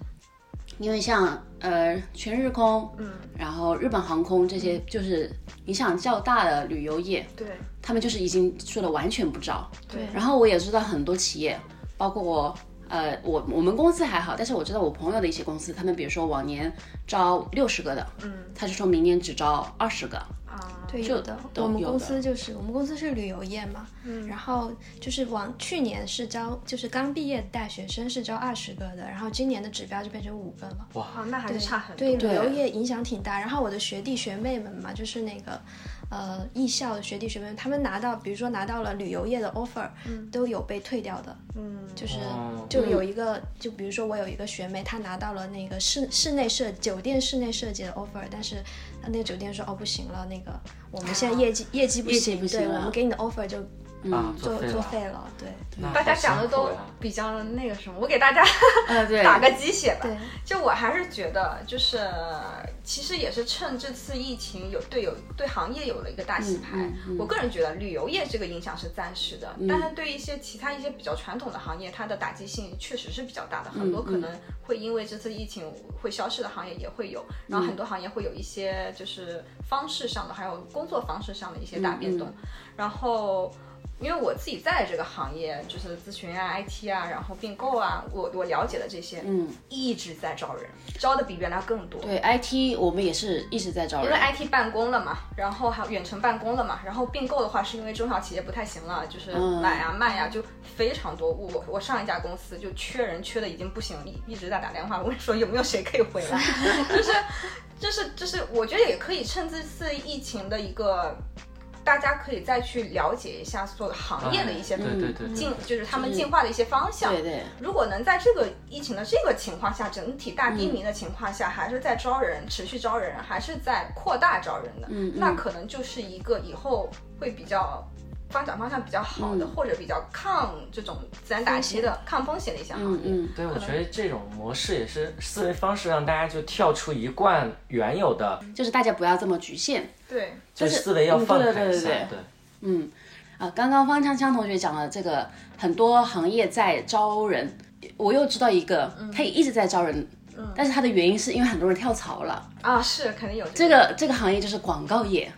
C: 因为像呃全日空，
B: 嗯，
C: 然后日本航空这些就是影响较大的旅游业，
B: 对
C: 他们就是已经说的完全不招。
B: 对
C: 然后我也知道很多企业，包括我，呃，我我们公司还好，但是我知道我朋友的一些公司，他们比如说往年招六十个的，
B: 嗯，
C: 他就说明年只招二十个。
B: 啊，
A: 对，
C: 就
A: 有的。
C: 都
A: 我们
C: 有
A: 公
C: 的
A: 司就是我们公司是旅游业嘛，然后就是往去年是招，就是刚毕业的大学生是招二十个的，然后今年的指标就变成五个了。
B: 啊，那还
A: 对
B: 是差很
A: 对
B: 多。
A: 旅游业影响挺大。然后我的学弟学妹们嘛，就是那个呃艺校的学弟学妹们，他们拿到比如说拿到了旅游业的 offer，、都有被退掉的。
B: 嗯，
A: 就是
D: 哦
A: 就有一个，就比如说我有一个学妹，她拿到了那个室室内设酒店室内设计的 offer，但是那个酒店说哦不行了，那个我们现在业绩业绩不
C: 业绩
A: 行，
C: 不行
A: 对我
C: 了
A: 们给你的 offer 就
D: 啊，作
A: 作
D: 废
A: 作
D: 了，
A: 废了，对
D: 那
B: 大家
D: 好
B: 讲的
D: 辛苦
B: 都
D: 啊
B: 比较那个什么，我给大家
C: 呃，对，
B: 打个鸡血吧。
A: 对
B: 就我还是觉得，就是其实也是趁这次疫情有对有对行业有了一个大洗牌。
C: 嗯
B: 我个人觉得旅游业这个影响是暂时的，但是对一些其他一些比较传统的行业，它的打击性确实是比较大的，很
C: 嗯
B: 多可能会因为这次疫情会消失的行业也会有，
C: 嗯
B: 然后很多行业会有一些就是方式上的，还有工作方式上的一
C: 嗯
B: 些大变动，然后。因为我自己在这个行业，就是咨询啊、IT 啊，然后并购啊，我我了解的这些，
C: 嗯，
B: 一直在招人，招的比原来更多。
C: 对 IT 我们也是一直在招
B: 因
C: 人
B: 为，IT 办公了嘛，然后还有远程办公了嘛，然后并购的话是因为中小企业不太行了，就是
C: 嗯
B: 买啊卖啊就非常多。我我上一家公司就缺人，缺的已经不行，一一直在打电话问说有没有谁可以回
C: <laughs>
B: 来，就是就是就是，我觉得也可以趁这次疫情的一个，大家可以再去了解一下所有行业的一些
D: 哎嗯
B: 嗯
D: 对对对，对
B: 进，就是他们
C: 就是
B: 进化的一些方向。
C: 对对，
B: 如果能在这个疫情的这个情况下，整体大低迷的情况下，还是在招人、持续招人，还是在扩大招人的，
C: 嗯嗯
B: 那可能就是一个以后会比较发展方向比较好的，
C: 嗯
B: 或者比较抗这种自然打击的、抗风险的一些行
C: 嗯
B: 业。
C: 嗯，
D: 对，我觉得这种模式也是思维方式，让大家就跳出一贯原有的，
C: 嗯就是大家不要这么局限，
B: 对，
D: 就是
C: 是
D: 思维要
C: 嗯
D: 放
C: 对
D: 开
C: 对对
D: 一下，
C: 对嗯，啊，刚刚方锵锵同学讲了这个，很多行业在招人，我又知道一个，
B: 嗯
C: 他也一直在招人，但是他的原因是因为很多人跳槽了。
B: 啊，是肯定有
C: 这
B: 这
C: 个这个行业就是广告业，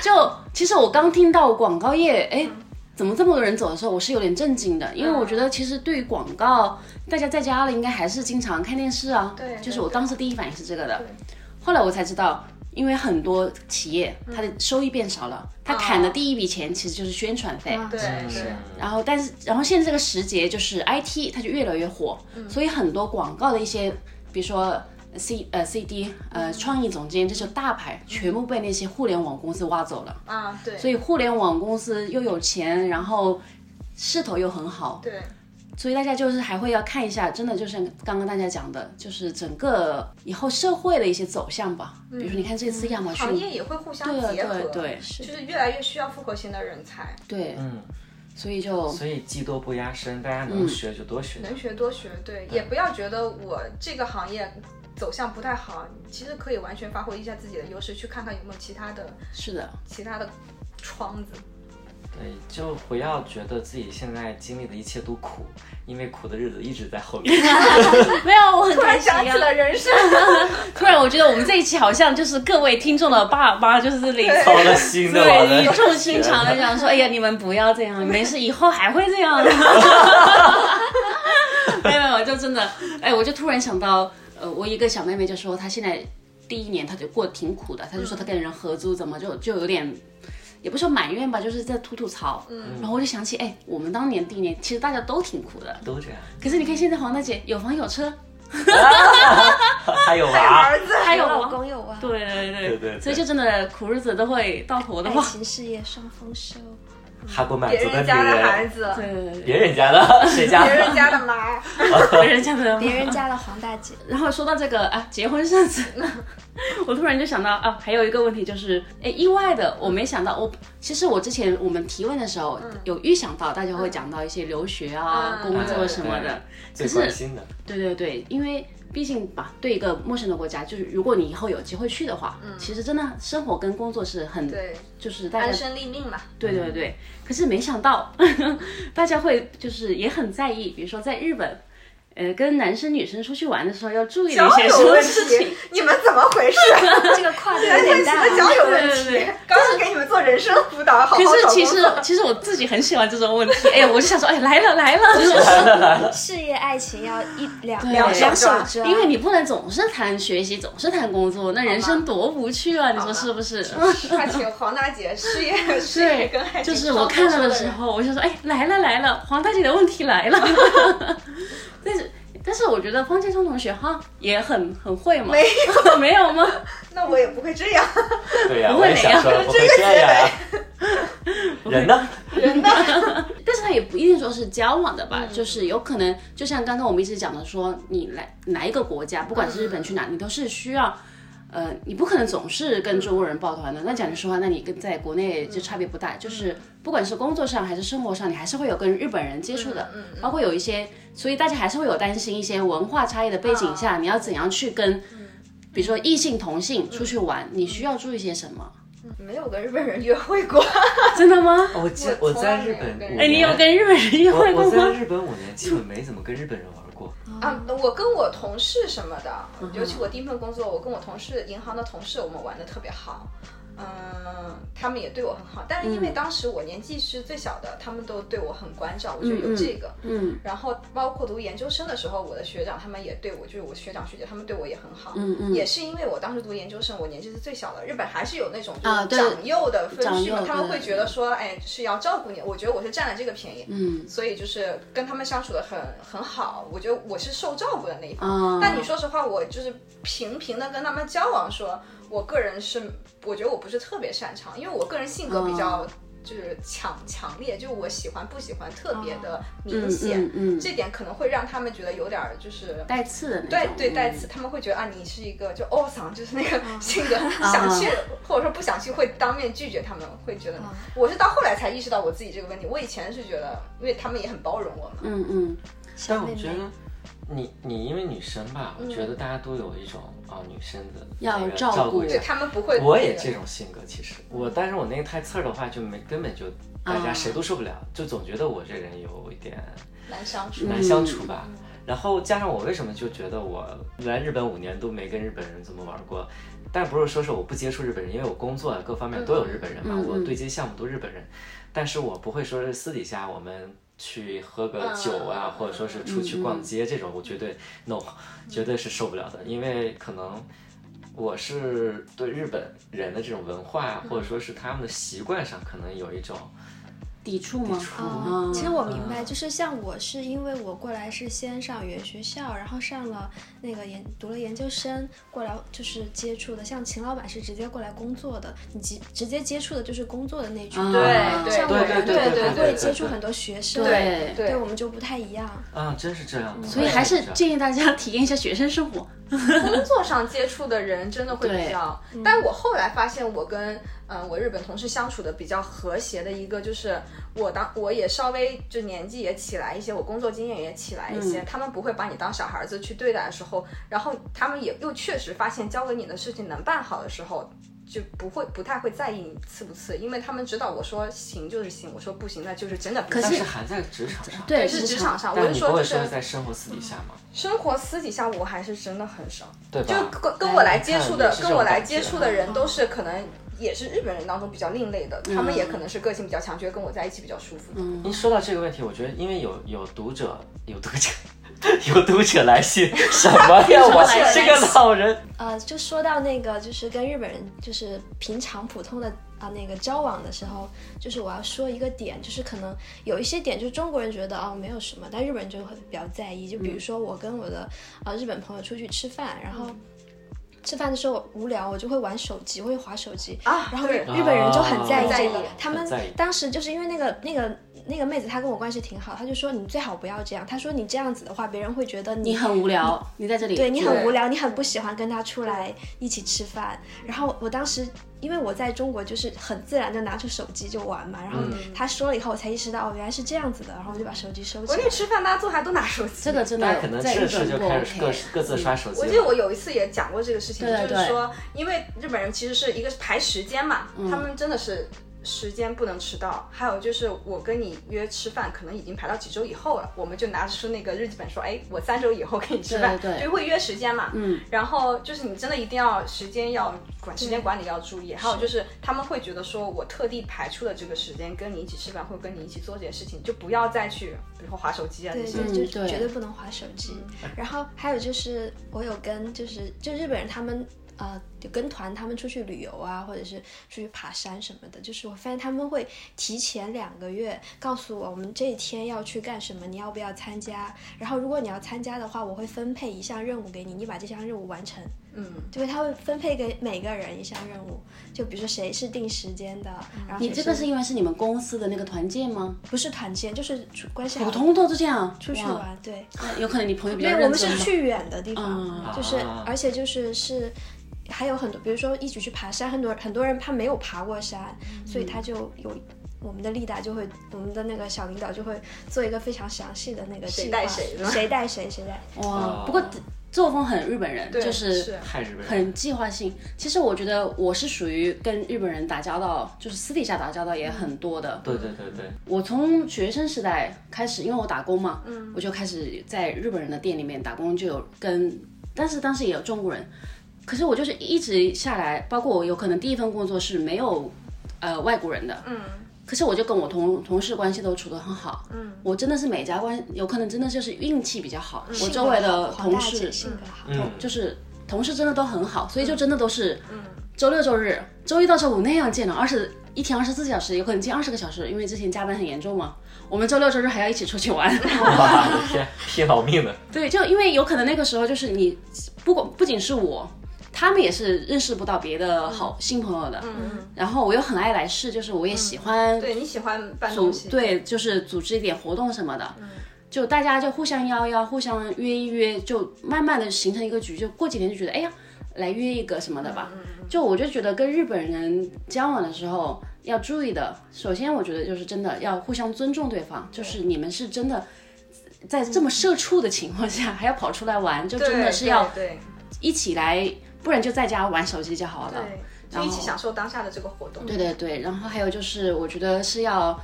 C: 就其实我刚听到广告业，哎。怎么这么多人走的时候，我是有点震惊的，因为我觉得其实对于广告，大家在家里应该还是经常看电视啊。
B: 对
C: 就是
B: 对
C: 我
B: 对
C: 当时第一反应是这个的
B: 对，
C: 后来我才知道，因为很多企业它的收益变少了，它砍
B: 啊
C: 的第一笔钱其实就是宣传费。
B: 对
D: 嗯
B: 对
C: 然后，但是，然后现在这个时节就是 IT，它就越来越火，
B: 嗯
C: 所以很多广告的一些，比如说 C 呃 CD
B: 嗯
C: 呃创意总监这些大牌，全部被那些互联网公司挖走了。
B: 啊，对，
C: 所以互联网公司又有钱，然后势头又很好，
B: 对
C: 所以大家就是还会要看一下，真的就是刚刚大家讲的，就是整个以后社会的一些走向吧。比如说，你看这次亚马逊，
B: 嗯行业也会互相
C: 对啊
B: 结合，
C: 对对
B: 就是越来越需要复合型的人才，
C: 对，
D: 嗯，
C: 所以就
D: 所以技多不压身，大家
C: 嗯
D: 能学就多学，
B: 能学多学，对，也不要觉得我这个行业走向不太好，其实可以完全发挥一下自己的优势，去看看有没有其他的
C: 是的，
B: 其他的窗子。
D: 对，就不要觉得自己现在经历的一切都苦，因为苦的日子一直在后面。
C: <laughs> 没有，我很
B: 突
C: 开
B: 然
C: 心
B: 想起
C: 啊！
B: 了人生，
C: 突然我觉得我们这一期好像就是各位听众的爸妈，就是领
D: 操了心的，我
C: 对，
D: 的
C: 语重心长的讲说：“哎呀，你们不要这样，没事，以后还会这样。”没有，没有，就真的，哎，我就突然想到，呃，我一个小妹妹就说，她现在第一年她就过得挺苦的，她就说她跟人合租，怎么就就有点。也不是说埋怨吧，就是在吐吐槽。
A: 嗯
C: 然后我就想起，哎，我们当年第一年，其实大家都挺苦的。
D: 都这样，
C: 可是你看现在黄大姐有房有车，
D: 还有
C: 啊
D: 娃，
B: 儿子
C: 还有
A: 老
C: 老
A: 公有啊，
C: 对对对
D: 对对对
C: 所以就真的苦日子都会到头的
A: 爱
C: 话。
A: 情事业双丰收。
D: 还不满
B: 别
D: 足的
B: 人
D: 女
B: 家的
D: 人
B: 孩，子，
A: 哎
C: 对对对
D: 别人家的谁家
B: 别人
D: 的？
B: 家的妈，
C: 对，别人家的
A: 别人家的黄大姐，
C: 然后说到这个啊，结婚生子， <laughs> 我突然就想到啊，还有一个问题就是，哎，意外的，我没想到，我其实我之前我们提问的时候、
A: 嗯
C: 有预想到，大家会讲到一些留学啊、
B: 嗯
C: 工作什么的，
D: 最
C: 是
D: 关心的，
C: 对对对，因为毕竟吧，对一个陌生的国家，就是如果你以后有机会去的话，
A: 嗯
C: 其实真的生活跟工作是很，
B: 对，
C: 就是大
B: <laughs>
C: 家
B: 安身立命嘛，
C: 对对对，可是没想到 <laughs> 大家会就是也很在意，比如说在日本。呃，跟男生女生出去玩的时候要注意的
B: 交
C: 一些
B: 友
C: 什么
B: 问
C: 事情
B: 题？，你们怎么
C: <laughs>
B: 回事？
A: 这个跨度有
D: 哎
A: 点大
B: 你们交友问
C: 啊对对
B: 题
C: 对，
B: 刚刚给你们做人生辅导，好好
C: 可是
B: 找
C: 其
B: 工
C: 实 <laughs>
B: 作。
C: 其实我自己很喜欢这种问题，哎，我就想说，哎，来了来
B: <laughs>
C: 了，
A: 啊，事业爱情要一两
C: 对
A: 两两手
B: 两手
A: 抓，
C: 因为你不能总是谈学习，总是谈工作，那人生多无趣啊，你说是不是？
B: 还请黄大姐事业事业
C: 对
B: 跟爱，情
C: 就是
B: 双
C: 我看到
B: 丰收
C: 的
B: 的
C: 时
B: 人，
C: 候，我就说，哎，来了来了，黄大姐的问题来了。 <laughs> 但是但是我觉得方建松同学哈也很很会嘛，没有 <laughs> 没有吗？
B: 那我也不会这样。
D: 对呀，
C: 不
D: 我
C: 会
D: 也
C: 哪
D: 想
C: 样
D: 说不会这样呀。 <laughs> 人呢？
C: 但是他也不一定说是交往的
B: 嗯
C: 吧，就是有可能，就像刚刚我们一直讲的说，你来哪一个国家，不管是日本去哪，你都是需要。呃，你不可能总是跟中国人抱团的。那讲句实话，那你跟在国内就差别不大，就是不管是工作上还是生活上，你还是会有跟日本人接触的，
B: 嗯
C: 包括有一些，所以大家还是会有担心一些文化差异的背景下，你要怎样去跟，比如说异性同性出去玩，
B: 嗯
C: 你需要注意些什么？
B: 没有跟日本人约会 <laughs> 过，
C: 真的吗？
D: 我记
B: 我
D: 我在日
B: 从来
D: 本
B: 没有跟
D: 五
B: 人
C: 哎，你有
D: 年
C: 跟日本人约
D: 我
C: 会过
D: 我在
C: 吗？
D: 日本五年基本没怎么跟日本人玩过，
B: 啊，我跟我同事什么的，
C: 嗯
B: 尤其我第一份工作，我跟我同事银行的同事，我们玩的特别好。嗯，他们也对我很好，但是因为
C: 嗯
B: 当时我年纪是最小的，他们都对我很关照，我觉得有这个。
C: 嗯
B: 然后包括读研究生的时候，我的学长他们也对我，就是我学长学姐他们对我也很好。
C: 嗯嗯
B: 也是因为我当时读研究生，我年纪是最小的，日本还是有那种
C: 啊
B: 就
C: 对
B: 是长幼的分
C: 长
B: 序嘛，
C: 幼
B: 他们
C: 对
B: 会觉得说，哎，是要照顾你。我觉得我是占了这个便宜，
C: 嗯
B: 所以就是跟他们相处的很很好，我觉得我是受照顾的那一方。
C: 啊，
B: 但你说实话，我就是平平的跟他们交往说，我个人是我觉得我不是特别擅长，因为我个人性格比
C: 嗯
B: 较就是强、强烈，就我喜欢不喜欢特别的明显，
C: 嗯嗯嗯
B: 这点可能会让他们觉得有点儿就是。
C: 带刺的那
B: 对
C: 种
B: 对，
C: 嗯
B: 带刺，他们会觉得啊，你是一个就哦桑，就是那个性格，想去或者说不想去，会当面拒绝。他们会觉得你，我是到后来才意识到我自己这个问题。我以前是觉得，因为他们也很包容我嘛。
C: 嗯嗯，
A: 小
D: 但我
A: 妹
D: 觉
A: 妹
D: 得。你你因为女生吧，我觉得大家都有一种啊、女生的
C: 嗯要
D: 那个
C: 照
D: 照
C: 顾
D: 一
B: 对
D: 下，
B: 他们不会，
D: 我也这种性格，其实我，但是我那个太刺儿的话，就没根本就大家
C: 啊
D: 谁都受不了，就总觉得我这人有一点
B: 难相处。
C: 嗯
D: 难相处吧。然后加上我为什么就觉得我来日本五年都没跟日本人这么玩过，但不是说是我不接触日本人，因为我工作啊各方面都有日本人嘛，
C: 嗯嗯
D: 我对接项目都日本人，但是我不会说是私底下我们。去喝个
C: 嗯
D: 酒啊，或者说是出去逛街这种，我绝对 no，绝对是受不了的，因为可能我是对日本人的这种文化，啊或者说是他们的习惯上，可能有一种
C: 抵触吗？
A: 哦，
C: 嗯
A: 其实我明白，就是像我是因为我过来是先上语言学校，然后上了那个研读了研究生，过来就是接触的。像秦老板是直接过来工作的，你直直接接触的就是工作的那群
C: 啊
A: 人。
B: 对对
A: 像我
D: 对
A: 们
D: 对对
A: 还
D: 对
A: 会
D: 对
A: 接触
D: 对
A: 很多学生，
C: 对
B: 对
A: 我们就不太一样。
D: 啊，真是这样的。
C: 所以还是
D: 这样
C: 建议大家体验一下学生生活。
B: 工作上接触的人真的会比较，但我后来发现，我跟嗯、呃我日本同事相处的比较和谐的一个就是，我当我也稍微就年纪也起来一些，我工作经验也起来一
D: 嗯
B: 些，他们不会把你当小孩子去对待的时候，然后他们也又确实发现交给你的事情能办好的时候。就不会不太会在意你刺不刺，因为他们知道我说行就是行，我说不行那就是真的不
C: 可
B: 行。
D: 但
C: 是
D: 是还在职场上，
C: 对，
B: 是职场啊上，我
D: 但
B: 是
D: 你不
B: 说
D: 会
B: 就
D: 说
B: 是
D: 是在生活私底下嘛，
B: 生活私底下我还是真的很少，
D: 对
B: 就
D: 吧？
B: 跟跟我来接触的
D: 啊看也是，这种
B: 跟我来
D: 感觉啊
B: 接触的人都是可能也是日本人当中比较另类的，他
D: 嗯
B: 们也可能是个性比较强，觉得跟我在一起比较舒服。
D: 您说到这个问题，我觉得因为有有读者有读者有读者来信，什么呀？我是这个老人，
A: 呃，就说到那个，就是跟日本人就是平常普通的啊、那个交往的时候，就是我要说一个点，就是可能有一些点，就是中国人觉得哦没有什么，但日本人就会比较在意。就比如说我跟我的呃日本朋友出去吃饭，然后。吃饭的时候我无聊，我就会玩手机，我会划手机
B: 啊
A: 然后
B: 对
A: 日本人就很在意这个
B: 啊，
A: 他们
D: 很在意
A: 当时就是因为那个那个那个妹子，她跟我关系挺好，她就说你最好不要这样，她说你这样子的话，别人会觉得
C: 你很无聊，你在这里
A: 对你很
B: 对
A: 无聊，你很不喜欢跟他出来一起吃饭。然后我当时因为我在中国就是很自然的拿出手机就玩嘛，然后他说了以后，我才意识到哦原来是这样子的，然后我就把手机收起
B: 国
A: 来
B: 内。吃饭大家坐还都拿手机，
C: 这个真
D: 大家可
C: 的
D: 能
C: 在
D: 吃着
C: 日
D: 吃
C: 本
D: 着就
C: 不
D: 开始各
C: OK。
D: 各自刷手机了。
B: 我记得我有一次也讲过这个事情，
C: 对
B: 就是说，因为日本人其实是一个是排时间嘛，
C: 嗯
B: 他们真的是时间不能迟到。还有就是我跟你约吃饭，可能已经排到几周以后了，我们就拿出那个日记本说，哎，我三周以后跟你吃饭，
C: 对对对
B: 就会约时间嘛。嗯，然后就是你真的一定要时间要管时间管理要注意，还有就是他们会觉得说我特地排出了这个时间跟你一起吃饭，或者跟你一起做这些事情，就不要再去比如说划手机啊
A: 对
B: 这些。
A: 对，就
C: 嗯对嗯
A: 绝对不能划手机。然后还有就是，我有跟就是就日本人他们呃，有跟团他们出去旅游啊，或者是出去爬山什么的，就是我发现他们会提前两个月告诉我，我们这一天要去干什么，你要不要参加？然后如果你要参加的话，我会分配一项任务给你，你把这项任务完成。
B: 嗯，
A: 就是他会分配给每个人一项任务，就比如说谁是定时间的，然后
C: 你
A: 谁
C: 这个是因为是你们公司的那个团建吗？
A: 不是团建，就是关系好
C: 普通都是这样，啊
A: 出去
C: 哇，
A: 玩，对。
C: 那有可能你朋友比
A: 因
C: 较
A: 为我
C: 认
A: 们
C: 真
A: 是
C: 吧。
A: 去远的地方，
C: 嗯
A: 就是
D: 啊
A: 而且就是是还有很多，比如说一起去爬山，很多很多人他没有爬过山，所以他就有。我们的丽达就会，我们的那个小领导就会做一个非常详细的那个
B: 谁
A: 计划
B: 带谁是吧
A: 谁带谁，谁带
C: 哇
D: 哦，
C: 不过作风很日本人，
B: 对，
C: 就是
D: 太日本人了，
C: 很计划性。其实我觉得我是属于跟日本人打交道，就是私底下打交道也很多的。
D: 对对对对，
C: 我从学生时代开始，因为我打工嘛，嗯，我就开始在日本人的店里面打工，就有跟，但是当时也有中国人。可是我就是一直下来，包括我有可能第一份工作是没有，呃，外国人的，嗯。可是我就跟我同同事关系都处得很好，嗯，我真的是每家关有可能真的就是运气比较好，我周围的
A: 黄大
C: 同
A: 姐
C: 事
A: 嗯性格好，
D: 嗯，
C: 就是同事真的都很好，
B: 嗯
C: 所以就真的都是，周六周日、周一到周五那样见了，二十一天二十四小时，有可能见二十个小时，因为之前加班很严重嘛。我们周六周日还要一起出去
B: <laughs>
C: 玩，
D: 哇，我天，拼老
C: <laughs>
D: 命的，
C: 对，就因为有可能那个时候就是你，不管不仅是我，他们也是认识不到别的好新朋友的。
B: 嗯，
C: 然后我又很爱来事，就是我也喜欢
B: 对你喜欢办
C: 组
B: 东西，
C: 对，就是组织一点活动什么的，
B: 嗯
C: 就大家就互相邀邀，互相约一约，就慢慢的形成一个局，就过几天就觉得，哎呀，来约一个什么的
B: 嗯
C: 吧。就我就觉得跟日本人交往的时候要注意的，首先我觉得就是真的要互相尊重对方，就是你们是真的。在这么社畜的情况下，还要跑出来玩，就
B: 对，
C: 真的是要
B: 对
C: 一起来，不然就在家玩手机就好了。
B: 对，就一起享受当下的这个活动。
C: 对对对，然后还有就是，我觉得是要，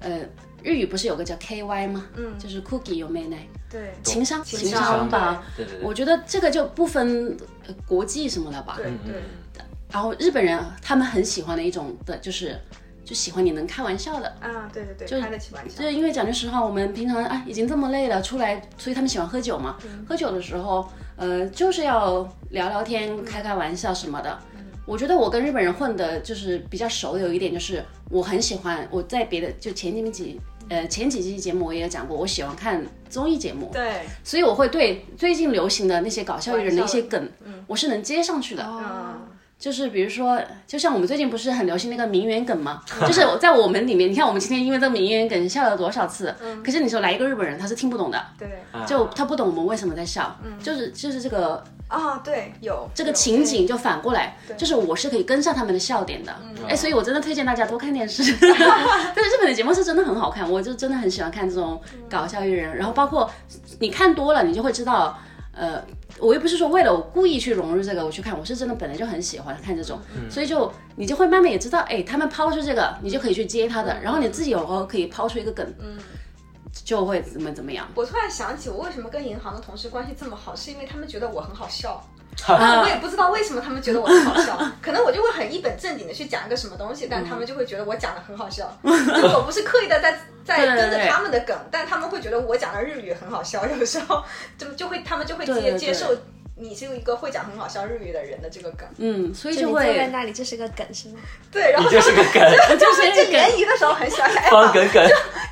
C: 呃，日语不是有个叫 KY 吗？嗯，就是 Cookie 有没呢？
B: 对
C: 情商，
B: 情
C: 情
B: 商
C: 商吧。
D: 对对对，
C: 我觉得这个就不分呃国际什么了吧。
B: 对
D: 嗯
B: 对，
C: 然后日本人他们很喜欢的一种的就是，就喜欢你能开玩笑的。
B: 啊，对对
C: 就
B: 对，开得起玩笑
C: 就。是因为讲句实话，我们平常啊已经这么累了，出来，所以他们喜欢喝酒嘛。
B: 嗯
C: 喝酒的时候，呃，就是要聊聊天、开开玩笑什么的。我觉得我跟日本人混的就是比较熟的有一点就是，我很喜欢我在别的就前几集
B: 嗯
C: 呃前几期节目我也讲过，我喜欢看综艺节目，
B: 对，
C: 所以我会对最近流行的那些搞笑艺人的一些
B: 玩笑
C: 梗，我是能接上去的。
A: 哦，
B: 嗯，
C: 就是比如说，就像我们最近不是很流行那个名媛梗吗？就是我在我们里面，你看我们今天因为这个名媛梗笑了多少次，可是你说来一个日本人，他是听不懂的，
B: 对
C: 就他不懂我们为什么在笑，就是就是这个
B: 啊，对，有
C: 这个情景就反过来，就是我是可以跟上他们的笑点的。哎，所以我真的推荐大家多看电视。 <laughs> 但是日本的节目是真的很好嗯看，我就真的很喜欢看这种搞笑艺人，然后包括你看多了，你就会知道。呃，我又不是说为了我故意去融入这个我去看，我是真的本来就很喜欢看这种，所以就你就会慢慢也知道，哎，他们抛出这个，你就可以去接他的，然后你自己有时候可以抛出一个梗，嗯，就会怎么怎么样。
B: 我突然想起，我为什么跟银行的同事关系这么好，是因为他们觉得我很
C: <laughs>
B: 好笑。呃
C: 啊
B: 我也不知道为什么他们觉得我很好笑，可能我就会很一本正经的去讲一个什么东西，但他们就会觉得我讲的很
C: <laughs>
B: 好笑。就我不是刻意的在在
C: 对对对
B: 跟着他们的梗，但他们会觉得我讲的日语很好笑，有时候就就会他们就会
C: 对对
B: 接
C: 对
B: 接受你是一个会讲很好笑日语的人的这个梗。
C: 嗯，所以
A: 就
C: 就
A: 你坐在
C: 会
A: 那里，这是个梗是吗？
B: 对，然
D: 你
B: 后
D: 就是个梗，
B: 他
C: 是
B: 们这
C: 那个
B: 联谊的时候很喜欢，哎，
D: 方梗
B: <laughs>
D: 梗。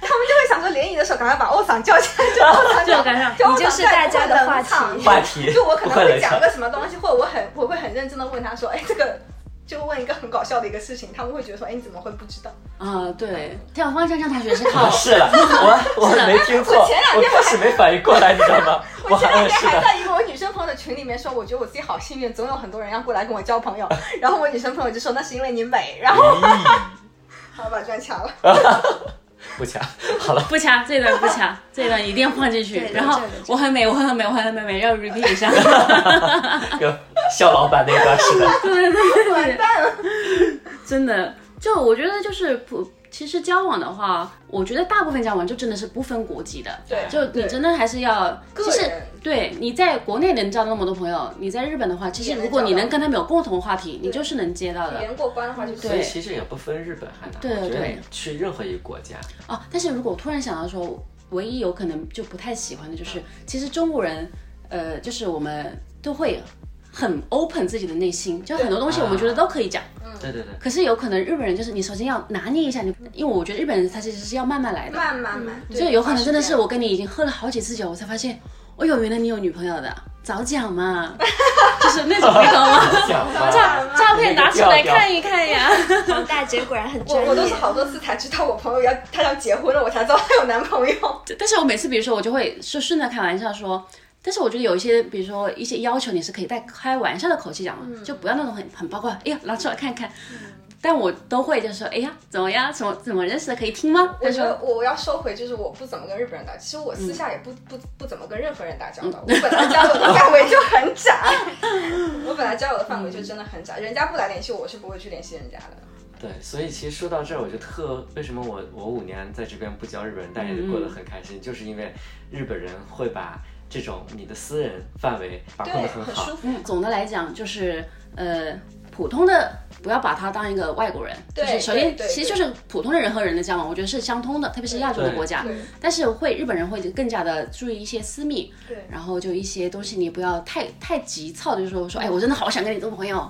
B: 他们就会想说联谊的时候赶快把欧桑叫起来，就欧桑
C: 就赶上
B: 就欧桑
A: 你就是大家的话题
B: 在冷场
D: 话题
B: 就我可能
D: 不会
B: 会
D: 冷
B: 讲
D: 场
B: 个什么东西，或者我很我会很认真的问他说，哎，这个就问一个很搞笑的一个事情，他们会觉得说，哎，你怎么会不知道？
C: 啊、对，跳方向上大学是
D: 啊，
C: 靠
D: 是
B: <laughs>
D: 了，我我没听错，
B: 我前两
D: 我
B: 天还
D: 开始没反应过来，你知道吗？我
B: 我前
D: 还
B: 两
D: 嗯
B: 天
D: 是
B: 还
D: 的，
B: 在一个我女生朋友的群里面说，我觉得我自己好幸运，总有很多人要过来跟我交朋友。然后我女生朋友就说，那是因为你美。然后
D: 咦，
B: <laughs> 好把砖抢
D: <laughs>
B: 了。
D: 不强，好了，
C: 不掐这段不掐，这段一定要放进去
A: 对。对
C: 然后
A: 这个
C: 我很美，我很美，我很美，美要 repeat 一下。
D: 跟肖老板那段是的，
C: 对对对，完蛋了！真的，就我觉得就是普，其实交往的话，我觉得大部分交往就真的是不分国籍的。
B: 对
C: 就你
B: 对
C: 真的还是要，
B: 个
C: 其实
B: 人
C: 对你在国内能交到那么多朋友，你在日本的话，其实
B: 也能
C: 如果你
B: 交到
C: 能跟他们有共同话题，你就是能接到的
B: 语言过关的话就
D: 所以
C: 对
B: 是。
D: 其实也不分日本韩南，
C: 对
D: 我觉得
C: 对
D: 你去任何一个国家，
C: 哦。但是如果我突然想到说，唯一有可能就不太喜欢的就是，其实中国人，呃，就是我们都会很 open 自己的内心，就很多东西我们觉得都可以讲。
D: 对对对，
C: 可是有可能日本人就是你首先要拿捏一下你，因为我觉得日本人他其实是要慢慢来的，
B: 慢慢慢，对
C: 就有可能真的是我跟你已经喝了好几次酒，我才发现，哎呦，原来你有女朋友 <laughs> 的，早讲嘛，就是那种你懂 <laughs> 吗？
D: 讲吧，
C: 照照片拿出来看一看呀。
A: 黄大姐果然很
B: 我
A: 专业。
B: 我都是好多次才知道我朋友要他要结婚了，我才知道他有男朋友。
C: 但是我每次比如说我就会就顺着开玩笑说。但是我觉得有一些，比如说一些要求，你是可以带开玩笑的口气讲的，就不要那种很很八卦，哎呀拿出来看看。
B: 嗯
C: 但我都会就说，哎呀怎么样，怎么怎么认识的，可以听吗？
B: 我
C: 他
B: 觉
C: 说
B: 得
D: 嗯
B: 我要收回，就是我不怎么跟日本人打，其实我私下也不、不不怎么跟任何人打交道。
D: 嗯
B: 我本来交友的范围就很窄， <laughs> 我本来交友的范围就真的很窄，人家不来联系我，我是不会去联系人家的。
D: 对，所以其实说到这儿，我就特为什么我我五年在这边不教日本人，但也过得很开心，就是因为日本人会把这种你的私人范围把控
B: 对，
D: 得很
B: 很
D: 好
B: 舒，服。
C: 嗯，总的来讲就是呃，普通的不要把他当一个外国人，就
B: 对
C: 是首先
B: 对对
C: 其实就是普通的人和人的交往，我觉得是相通的，特别是亚洲的
D: 对
C: 国家
B: 对，
C: 但是会日本人会更加的注意一些私密，
B: 对
C: 然后就一些东西你不要太太急躁，就是说说哎，我真的好想跟你做朋
B: <laughs>
C: 友。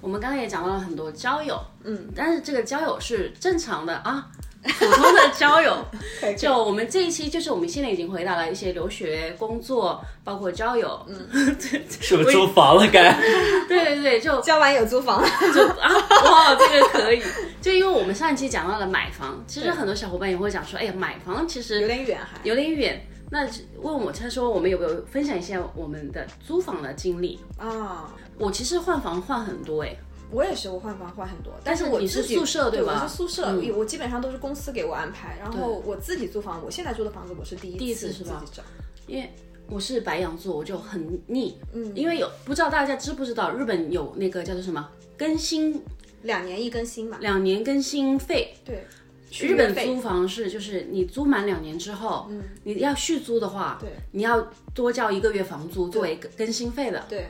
C: 我们刚刚也讲到了很多交友，嗯，但是这个交友是正常的啊，普通的交友。
B: <laughs>
C: 就我们这一期，就是我们现在已经回答了一些留学、工作，包括交友，嗯，
D: 是不是租房了该？
C: 对对对，就
B: 交完有租房，
C: 就啊，哇，这个可以。就因为我们上一期讲到了买房，其实
B: 对
C: 很多小伙伴也会讲说，哎呀，买房其实
B: 有点远还。
C: 有点远。那问我，他说我们有没有分享一下我们的租房的经历？
B: 啊、
C: 我其实换房换很多哎、
B: 我也是，我换房换很多，
C: 但
B: 但
C: 是
B: 我
C: 你是
B: 自己
C: 宿舍对
B: 对
C: 吧
B: 我是宿舍，
C: 嗯
B: 我基本上都是公司给我安排，然后我自己租房，我现在住的房子我是第一
C: 第一次是
B: 自
C: 吧
B: 己找，
C: 因为我是白羊座，我就很腻。
B: 嗯
C: 因为有不知道大家知不知道，日本有那个叫做什么更新
B: 两年一更新嘛，
C: 两年更新费。
B: 对，续
C: 日
B: 约
C: 本
B: 费
C: 租房是就是你租满两年之后，嗯，你要续租的话，
B: 对，
C: 你要多交一个月房租作为更更新费的。
B: 对，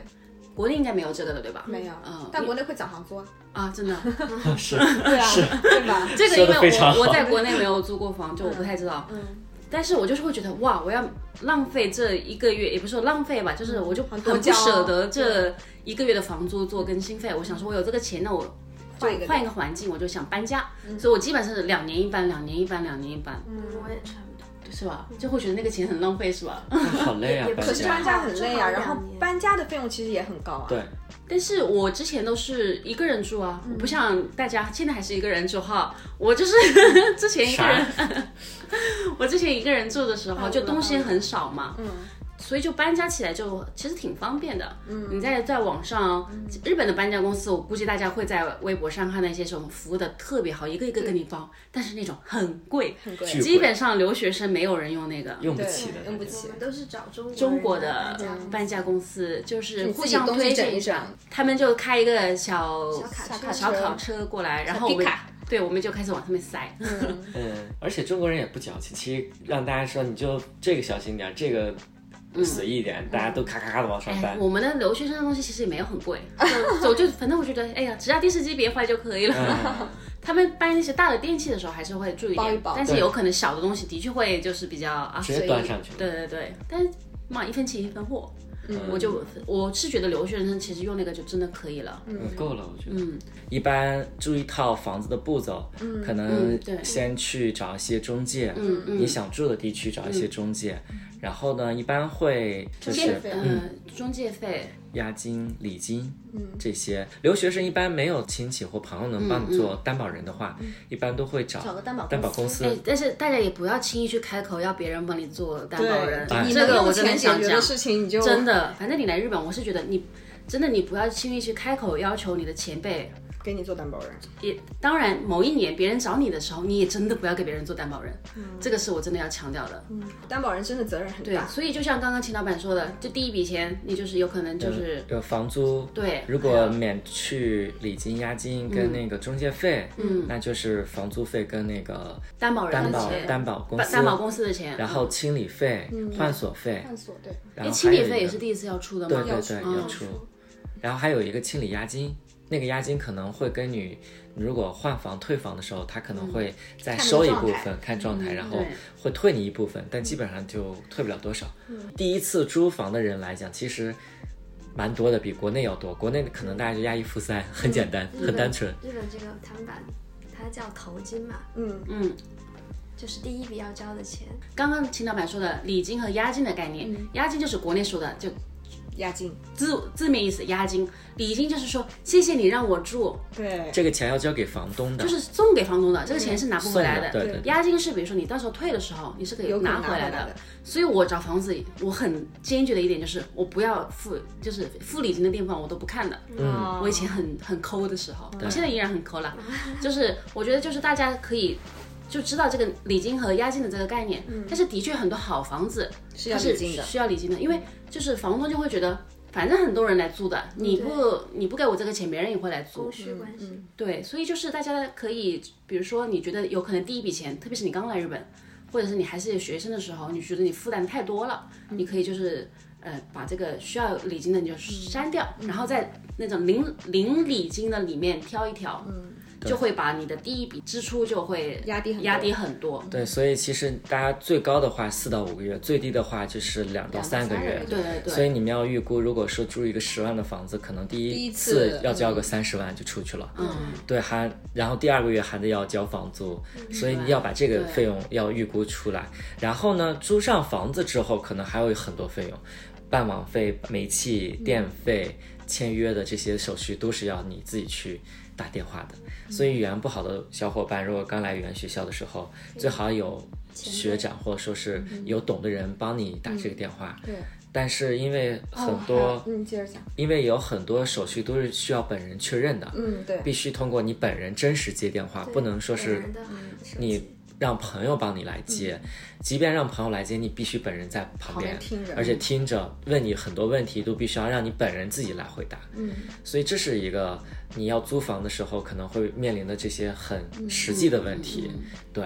C: 国内应该没有这个的对吧？
B: 没有，
C: 嗯
B: 但国内会涨房租啊，
C: 啊，真
D: <laughs>
C: 的。
D: <laughs> 是
B: 对啊，对吧？
C: 这个
D: 说
C: 因
D: 得
C: 为
D: 非常
C: 我
D: 好
C: 我在国内没有租过房，就我不太知道。
B: 嗯
C: 但是我就是会觉得哇，我要浪费这一个月，也不是说浪费吧，就是我就很
B: 嗯很多
C: 不
B: 交
C: 舍得这一个月的房租做更新费。我想说，我有这个钱，那我
B: 换一个
C: 换一
B: 个，
C: 个环境，我就想搬家。
B: 嗯
C: 所以我基本上是两年一搬，两年一搬，两年一搬，
A: 我也差不多。
C: 是吧？就会觉得那个钱很浪费，是吧？
D: 好累啊
A: 也，不
D: 搬
B: 可
A: 是
B: 是
A: 这样
D: 家
B: 搬家很累啊，
A: 正好
B: 然后
A: 两年
B: 搬家的费用其实也很高啊，
D: 对
C: 但是我之前都是一个人住啊，我不像大家现在还是一个人住哈。我就是 <laughs> 之前一个人，我之前一个人住的时候，就东西很少嘛，嗯，所以就搬家起来就其实挺方便的。嗯，你在在网上，日本的搬家公司，我估计大家会在微博上看到一些什么服务的特别好，一个一个给你包，但是那种很贵，嗯很
B: 贵
C: 基本上留学生没有人用那个。
D: 用不起的，
B: 用不起
A: 我们都是找中国人
C: 中国的
A: 搬
C: 搬家公司就是互
B: 自己
C: 相
B: 东西
C: 推
B: 整
C: 荐
B: 一整
C: 他们就开一个小
A: 卡
B: 车
C: 小卡车过来，然后我们
B: 皮卡
C: 对我们就开始往上面塞，
G: 嗯，而且中国人也不矫情，其实让大家说你就这个小心点儿，这个随意一点，大家都咔咔咔的往上
C: 嗯哎
G: 翻，。
C: 我们的留学生的东西其实也没有很贵，就就就反正我觉得，哎呀，只要电视机别坏就可以了。
G: 嗯
C: <laughs> 他们搬一些大的电器的时候还是会注意
B: 包一
C: 点，
B: 包
C: 但是有可能小的东西的确会就是比较啊，
G: 直接
C: 随意
G: 端上去
C: 对对对，但是嘛，一分钱一分货，
B: 嗯
C: 我就我是觉得留学生其实用那个就真的可以了。
G: 嗯够了，我觉得。
C: 嗯，
D: 一般住一套房子的步骤，可能
C: 嗯对
D: 先去找一些中介，
C: 嗯嗯
D: 你想住的地区找一些中介，然后呢，一般会就
B: 中介
D: 是
B: 费
C: 嗯，中介费，
D: 押金、礼金，
C: 嗯
D: 这些留学生一般没有亲戚或朋友能
C: 嗯
D: 帮你做担保人的话，一般都会找
A: 找个担保
D: 担保公
A: 公
D: 司
C: 哎，，但是大家也不要轻易去开口要别人帮你做担保人，
B: 你
C: 哎这
B: 能
C: 个
B: 用
C: 我真
B: 钱
C: 的
B: 解
C: 想
B: 决
C: 讲
B: 的，事情，你就
C: 真的，反正你来日本，我是觉得你真的你不要轻易去开口要求你的前辈。
B: 给你做担保人。
C: 也当然，某一年别人找你的时候，你也真的不要给别人做担保人，这个是我真的要强调的。
B: 担保人真的责任很
C: 对啊
B: 大，，
C: 所以就像刚刚秦老板说的，就第一笔钱，你就是有可能就是、
D: 有房租。
C: 对，
D: 如果免去礼金、押金跟
C: 嗯
D: 那个中介费，
C: 嗯
D: 那就是房租费跟那个
C: 担保人
D: 担
C: 的
D: 保
C: 钱，
D: 担保公
C: 担
D: 司
C: 担保公司的钱，
D: 然后清理费、换锁费，
B: 探索对，
D: 然
C: 哎，
D: 后
C: 清
D: 还
C: 理
D: 有
C: 费
D: 一
C: 也
D: 个
C: 是第一次要出的
D: 对
C: 吗？
D: 对对
C: 嗯
D: 要出，然后还有一个清理押金，那个押金可能会跟你如果换房退房的时候，他可能会再
B: 看
D: 收一
B: 状
D: 部
B: 态
D: 分，看状态，然后
C: 对
D: 会退你一部分，但基本上就退不了多少。第一次租房的人来讲，其实。蛮多的，比国内要多。国内可能大家就押一付三，很简单，很单纯。
A: 日本这个他们把它叫头金嘛，
B: 嗯，
C: 嗯，
A: 就是第一笔要交的钱，
C: 刚刚秦老板说的礼金和押金的概念，押金就是国内说的，就
B: 押金，
C: 字字面意思，押金；礼金就是说谢谢你让我住，
B: 对，
D: 这个钱要交给房东的，
C: 就是送给房东的，这个
B: 嗯
C: 钱是拿不回来的。
D: 送的对对对
C: 押金是比如说你到时候退的时候，你是可以
B: 有可能
C: 回来
B: 拿回来的
C: 所以我找房子，我很坚决的一点就是，我不要付，就是付礼金的地方我都不看的。
B: 嗯
C: 我以前很很抠的时候，我现在依然很抠啦。就是我觉得就是大家可以就知道这个礼金和押金的这个概念，但是的确很多好房子
B: 嗯是
C: 它
B: 要礼金的，
C: 需要礼金的，因为就是房东就会觉得。反正很多人来租的，你不你不给我这个钱，别人也会来租
A: 供。需
D: 嗯
A: 关系。
C: 对，所以就是大家可以，比如说你觉得有可能第一笔钱，特别是你刚来日本，或者是你还是学生的时候，你觉得你负担太多了，
B: 嗯
C: 你可以就是呃把这个需要礼金的你就删掉，
B: 嗯
C: 然后在那种零零礼金的里面挑一条，就会把你的第一笔支出就会
B: 嗯压低很多
C: 压低很多。
D: 对，所以其实大家最高的话四到五个月，最低的话就是两到三个月。
C: 对对对
D: 所以你们要预估，如果说租一个十万的房子，可能第
B: 第一
D: 次
B: 次嗯
D: 要交个三十万就出去了。嗯，对，还然后第二个月还得要交房租，
B: 嗯
D: 所以你要把这个费用要预估出来。然后呢，租上房子之后，可能还有很多费用，办网费、煤
B: 嗯
D: 气、电费、签约的这些手续都是要你自己去打电话
B: 嗯
D: 的。所以语言不好的小伙伴，如果刚来语言学校的时候，最好有学长或者说是
B: 嗯
D: 有懂的人帮你打这个电话。
B: 对。
D: 但是因为很
B: 哦
D: 多
B: 还，有嗯，接着讲，
D: 因为有很多手续都是需要本人确认的，
B: 嗯，对，
D: 必须通过你本人真实接电话，不能说是
A: 本人的手机
D: 你让朋友帮你来接，即便让朋友来接，你必须本人在旁边
B: 嗯旁边听着嗯
D: 而且听着问你很多问题都必须要让你本人自己来回答。嗯，所以这是一个你要租房的时候可能会面临的这些很
B: 嗯
D: 实际的问题。对，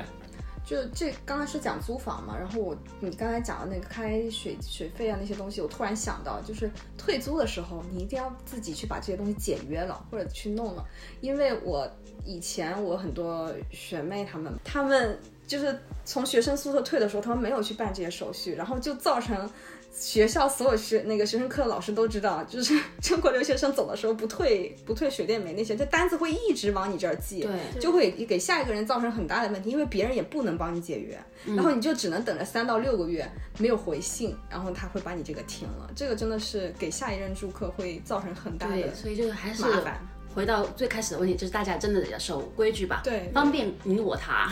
B: 就这刚开始讲租房嘛，然后我你刚才讲的那个开水水费啊那些东西，我突然想到，就是退租的时候，你一定要自己去把这些东西解约了或者去弄了，因为我以前我很多学妹她们，她们就是从学生宿舍退的时候，她们没有去办这些手续，然后就造成。学校所有学那个学生课的老师都知道，就是 <laughs> 中国留学生走的时候不退不退水电煤那些，这单子会一直往你这儿寄。
C: 对
B: 就会给下一个人造成很大的问题，因为别人也不能帮你解约，
C: 嗯
B: 然后你就只能等着三到六个月没有回信，然后他会把你这个停了。这个真的是给下一任住客会造成很大的
C: 对，所以就还是
B: 麻烦。
C: 回到最开始的问题，就是大家真的要守规矩吧，
B: 对
C: 方便你我他。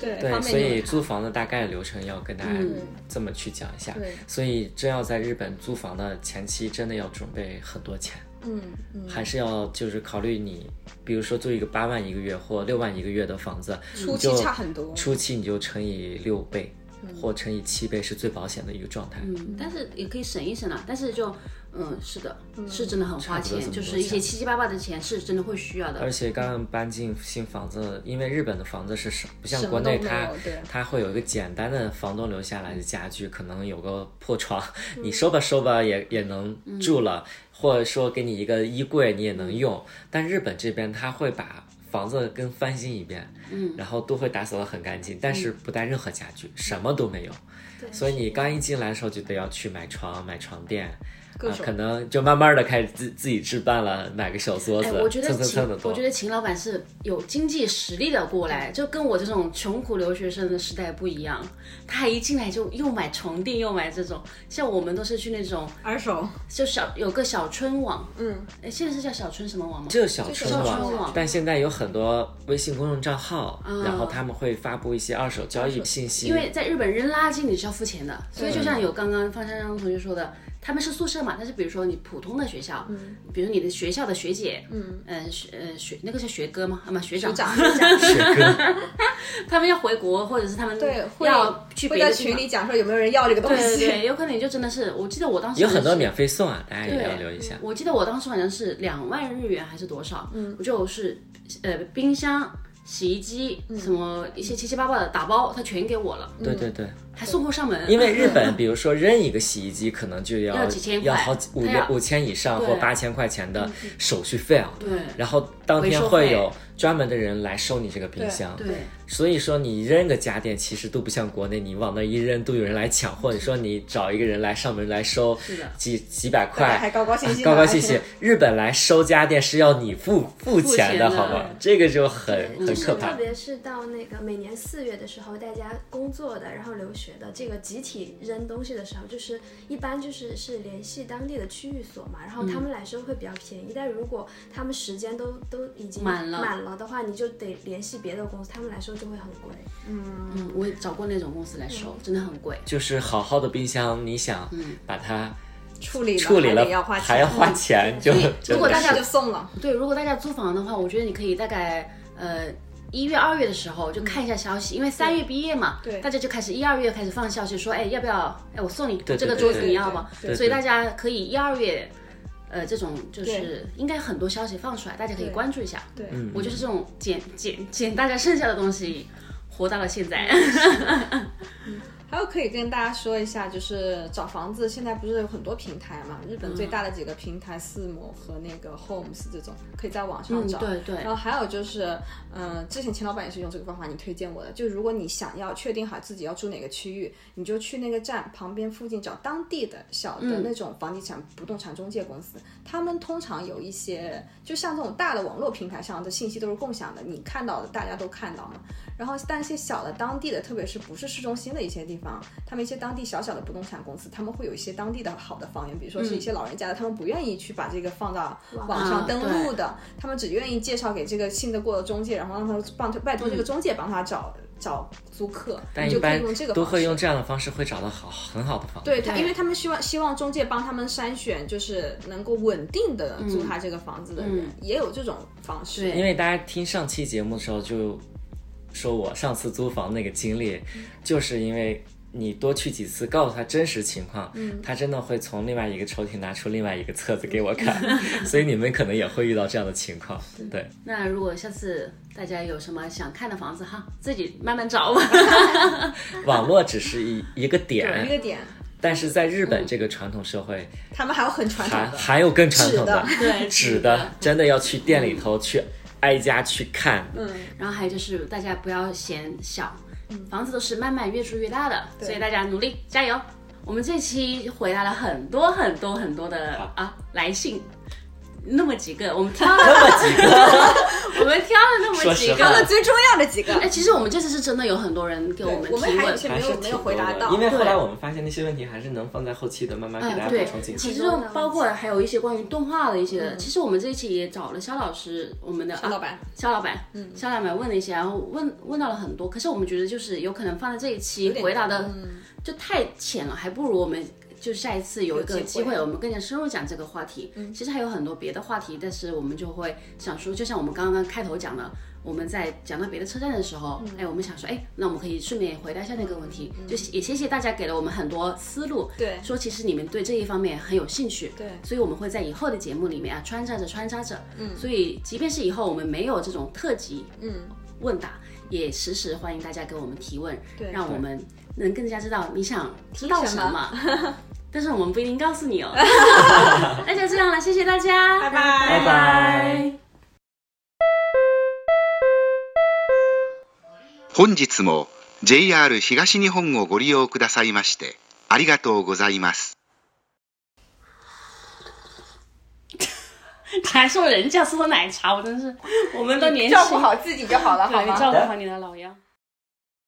B: 对
D: 对，
B: 方
D: 所
B: 便
D: 以
B: 你
D: 租房的大概流程要跟大家
C: 嗯
D: 这么去讲一下。
B: 对
D: 所以真要在日本租房的前期，真的要准备很多钱，
B: 嗯嗯，
D: 还是要就是考虑你，比如说租一个八万一个月或六万一个月的房子，
B: 初
D: 你
B: 期
D: 就
B: 差很多嗯
D: 初期你就乘以六倍。或乘以七倍是最保险的一个状态，
C: 嗯，但是也可以省一省啊。但是就，嗯，是的，是真的很花
D: 差不多这
C: 钱，
D: 么
C: 就
D: 多
C: 是一些
D: 钱
C: 七七八八的钱是真的会需要的
D: 而。且刚刚搬进新房子，因为日本的房子是什不像
B: 什么
D: 国内
B: 都没
D: 它
B: 有对
D: 它会有一个简单的房东留下来的家具，可能有个破床，
B: <laughs>
D: 你收吧收吧也也能
B: 嗯
D: 住了，或者说给你一个衣柜你也能用。但日本这边他会把房子跟翻新一遍，嗯，然后都会打扫得很干净，但
B: 嗯
D: 是不带任何家具，什么都没有。所以你刚一进来的时候就得要去买床、买床垫，
B: 各
D: 啊，
B: 种
D: 可能就慢慢的开始自自己置办了，买个
B: <laughs>
D: 小桌子，
C: 哎，我觉得
D: 蹭蹭
C: 秦
D: 蹭的，多。
C: 我觉得秦老板是有经济实力的过来，就跟我这种穷苦留学生的时代不一样。他一进来就又买床垫，又买这种，像我们都是去那种
B: 二手，
C: 就小有个小春网，
B: 嗯，
C: 哎，现在是叫小春什么网吗？
D: 这小春
B: 就小
C: 春
D: 网啊
C: 网，
D: 但现在有很多微信公众账号，
C: 嗯
D: 然后他们会发布一些二手交易信息。
C: 因为在日本扔垃圾你是要付钱的，所以就像有刚刚方珊珊同学说的，他们是宿舍嘛，但是比如说你普通的学校，
B: 嗯
C: 比如你的学校的学姐，嗯学呃学那个是学哥吗？啊嘛学长，
B: 长
C: <laughs>
B: 就讲
C: 他们要回国或者是他们
B: 对，会
C: 要去
B: 会
C: 别
B: 在
C: 的地
B: 群
C: 方
B: 里讲说有没有人要这个东
C: 对对
B: 西，
C: 对，有可能你就真的是，我记得我当时
D: 有很
C: 是
D: 多免费送啊，大家也要
C: 对嗯
D: 留意一下。
C: 我记得我当时好像是两万日元还是多少，嗯，我就是呃冰箱、洗衣机、
B: 嗯
C: 什么一些七七八八的打包，他全给我了，
D: 对对对，
C: 还送货上门。
D: 因为日本，比如说扔一个洗衣机，可能就要
C: 要几千块
D: 要好几五
C: 对啊
D: 六五千以上
C: 对嗯
D: 或八千块钱的手续费啊。
C: 对
D: 然后当天
C: 回收费
D: 会有专门的人来收你这个冰箱。
C: 对
D: 所以说你扔个家电，其实都不像国内，你往那一扔都有人来抢，或者说你找一个人来上门来收
C: 是的
D: 几几百
B: 大家
D: 块，
B: 还高高兴兴的，
D: 高高兴
C: <laughs>
D: 兴。日本来收家电是要你付付
C: 付钱
D: 钱
C: 的嗯
D: 的，好吗？这个就很
A: 就
D: 很
A: 是
D: 可
A: 特
D: 怕。
A: 别是到那个每年四月的时候，大家工作的，然后留学的，这个集体扔东西的时候，就是一般就是是联系当地的区域所嘛，然后
D: 嗯
A: 他们来收会比较便宜。但如果他们时间都都已经
C: 满了
A: 的话，你就得联系别的公司，他们来收就会很贵。
C: 嗯，我也找过那种公司来
B: 嗯
C: 收，真的很贵。
D: 就是好好的冰箱，你想
C: 嗯
D: 把它
B: <laughs> 处理
D: 处理
B: 还
D: 了
B: 得要花，嗯
D: 还要花钱，就
C: 所以
D: 就
C: 如果大家
B: 但是就送了，
C: 对，如果大家租房的话，我觉得你可以大概呃一月、二月的时候就看一下消息，因为三月毕业嘛，
B: 嗯对
C: 大家就开始一二月开始放消息说，哎，要不要？哎，我送你
D: 对对
C: 这个
D: 对
C: 桌子，
D: 对
C: 你要吗？
D: 对对
C: 所以
D: 对
C: 大家可以一二月。呃，这种就
B: 对
C: 是应该很多消息放出来，大家可以
B: 对
C: 关注一下。
B: 对，
D: 嗯
C: 我就是这种捡捡捡大家剩下的东西，活到了现在。
B: 嗯还有可以跟大家说一下，就是找房子，现在不是有很多平台嘛？日
C: 嗯
B: 本最大的几个平台，四摩和那个 Homes 这种，可以在网上
C: 嗯
B: 找。
C: <laughs> 对对
B: 然后还有就是，嗯、之前秦老板也是用这个方法，你推荐我的。就如果你想要确定好自己要住哪个区域，你就去那个站旁边附近找当地的小的那种房地产不动产中介公司，他们通常有一些，就像这种大的网络平台上的信息都是共享的，你看到的大家都看到嘛。然后，但一些小的当地的，特别是不是市中心的一些地方，他们一些当地小小的不动产公司，他们会有一些当地的好的房源，比如说是一些老人家的，他们不愿意去把这个放到网上
C: 嗯
B: 登录的，他们只愿意介绍给这个信得过的中介，然后让他帮拜托这个中介帮他找、找租客，
D: 但
B: 你
D: 一
B: 就可以
D: 般
B: 用这个
D: 都
B: 方式
D: 会用这样的方式会找到好很好的房子。
B: 对他，
C: 对
B: 因为他们希望希望中介帮他们筛选，就是能够稳定的租他这个房子的人，也有这种方式。
C: 对
D: 因为大家听上期节目的时候就说我上次租房那个经历，
B: 嗯
D: 就是因为你多去几次，告诉他真实情况，
B: 嗯
D: 他真的会从另外一个抽屉拿出另外一个册子给我看，
B: <laughs>
D: 所以你们可能也会遇到这样的情况。对，
C: 那如果下次大家有什么想看的房子哈，自己慢慢找吧。
B: <laughs>
D: 网络只是一一个
B: 一
D: 点，
B: 个嗯点，
D: 但是在日本这个传统社会，
B: 他们还有很传统
D: 还
B: 的。
D: 还有更传统的
B: 纸，
C: 对
D: 纸的，真的要去店里头去挨家去看，
C: 然后还有就是大家不要嫌小，房子都是慢慢越住越大的，
B: 嗯对
C: 所以大家努力加油。我们这期回答了很多很多很多的啊来信，那么几个，我们挑了那么几个， <laughs> 我们挑了那么
G: 说
C: 几
G: 实
C: 个
G: 话。
B: <laughs> 最重要的几个
C: 哎，其实我们这次是真的有很多人给我们
B: 我们
C: 提
B: 还有
C: 问
B: 一，些
G: 还
B: 没
G: 是
B: 有没
G: 挺
B: 有
G: 多
B: 回答
G: 的
B: 到，
G: 因为后
C: 对
G: 来我们发现那些问题还是能放在后期的慢慢给
B: 嗯
G: 大家
C: 对
G: 补充进去。
C: 其实
A: 多呢
C: 包括还有一些关于动画的一些，其实我们这一期也找了肖老师，我们的
B: 嗯肖老板
C: 啊肖老板，嗯，肖老板问了一些，然后问问到了很多，可是我们觉得就是有可能放在这一期
B: 点
C: 回答的就太浅了，还不如我们。就下一次有一个
B: 有机
C: 机
B: 会
C: 会，我们更加深入讲这个话题。其实还有很多别的话题，但是我们就会想说，就像我们刚刚开头讲的，我们在讲到别的车站的时候，哎，我们想说，哎，那我们可以顺便也回答一下那个问题，就也谢谢大家给了我们很多思路，
B: 对
C: 说其实你们对这一方面很有兴趣，
B: 对
C: 所以我们会在以后的节目里面啊穿插着穿插着，嗯，所以即便是以后我们没有这种特辑，嗯，问答。也时时欢迎大家给我们提问，
B: 对
C: 让我们能更加知道你想听到什
B: 什
C: 么。 <laughs> 但是我们不一定告诉 <laughs> 你哦。那就这样了，谢谢大家，
B: 拜拜
G: 拜拜
E: 本日も JR 東日本をご利用くださいましてありがとうございます。
C: 还说人家说奶茶，我真是，我们都年轻，
B: 照顾好自己就好了，好
C: 对，
B: 吗
C: 你？照顾好你的老腰。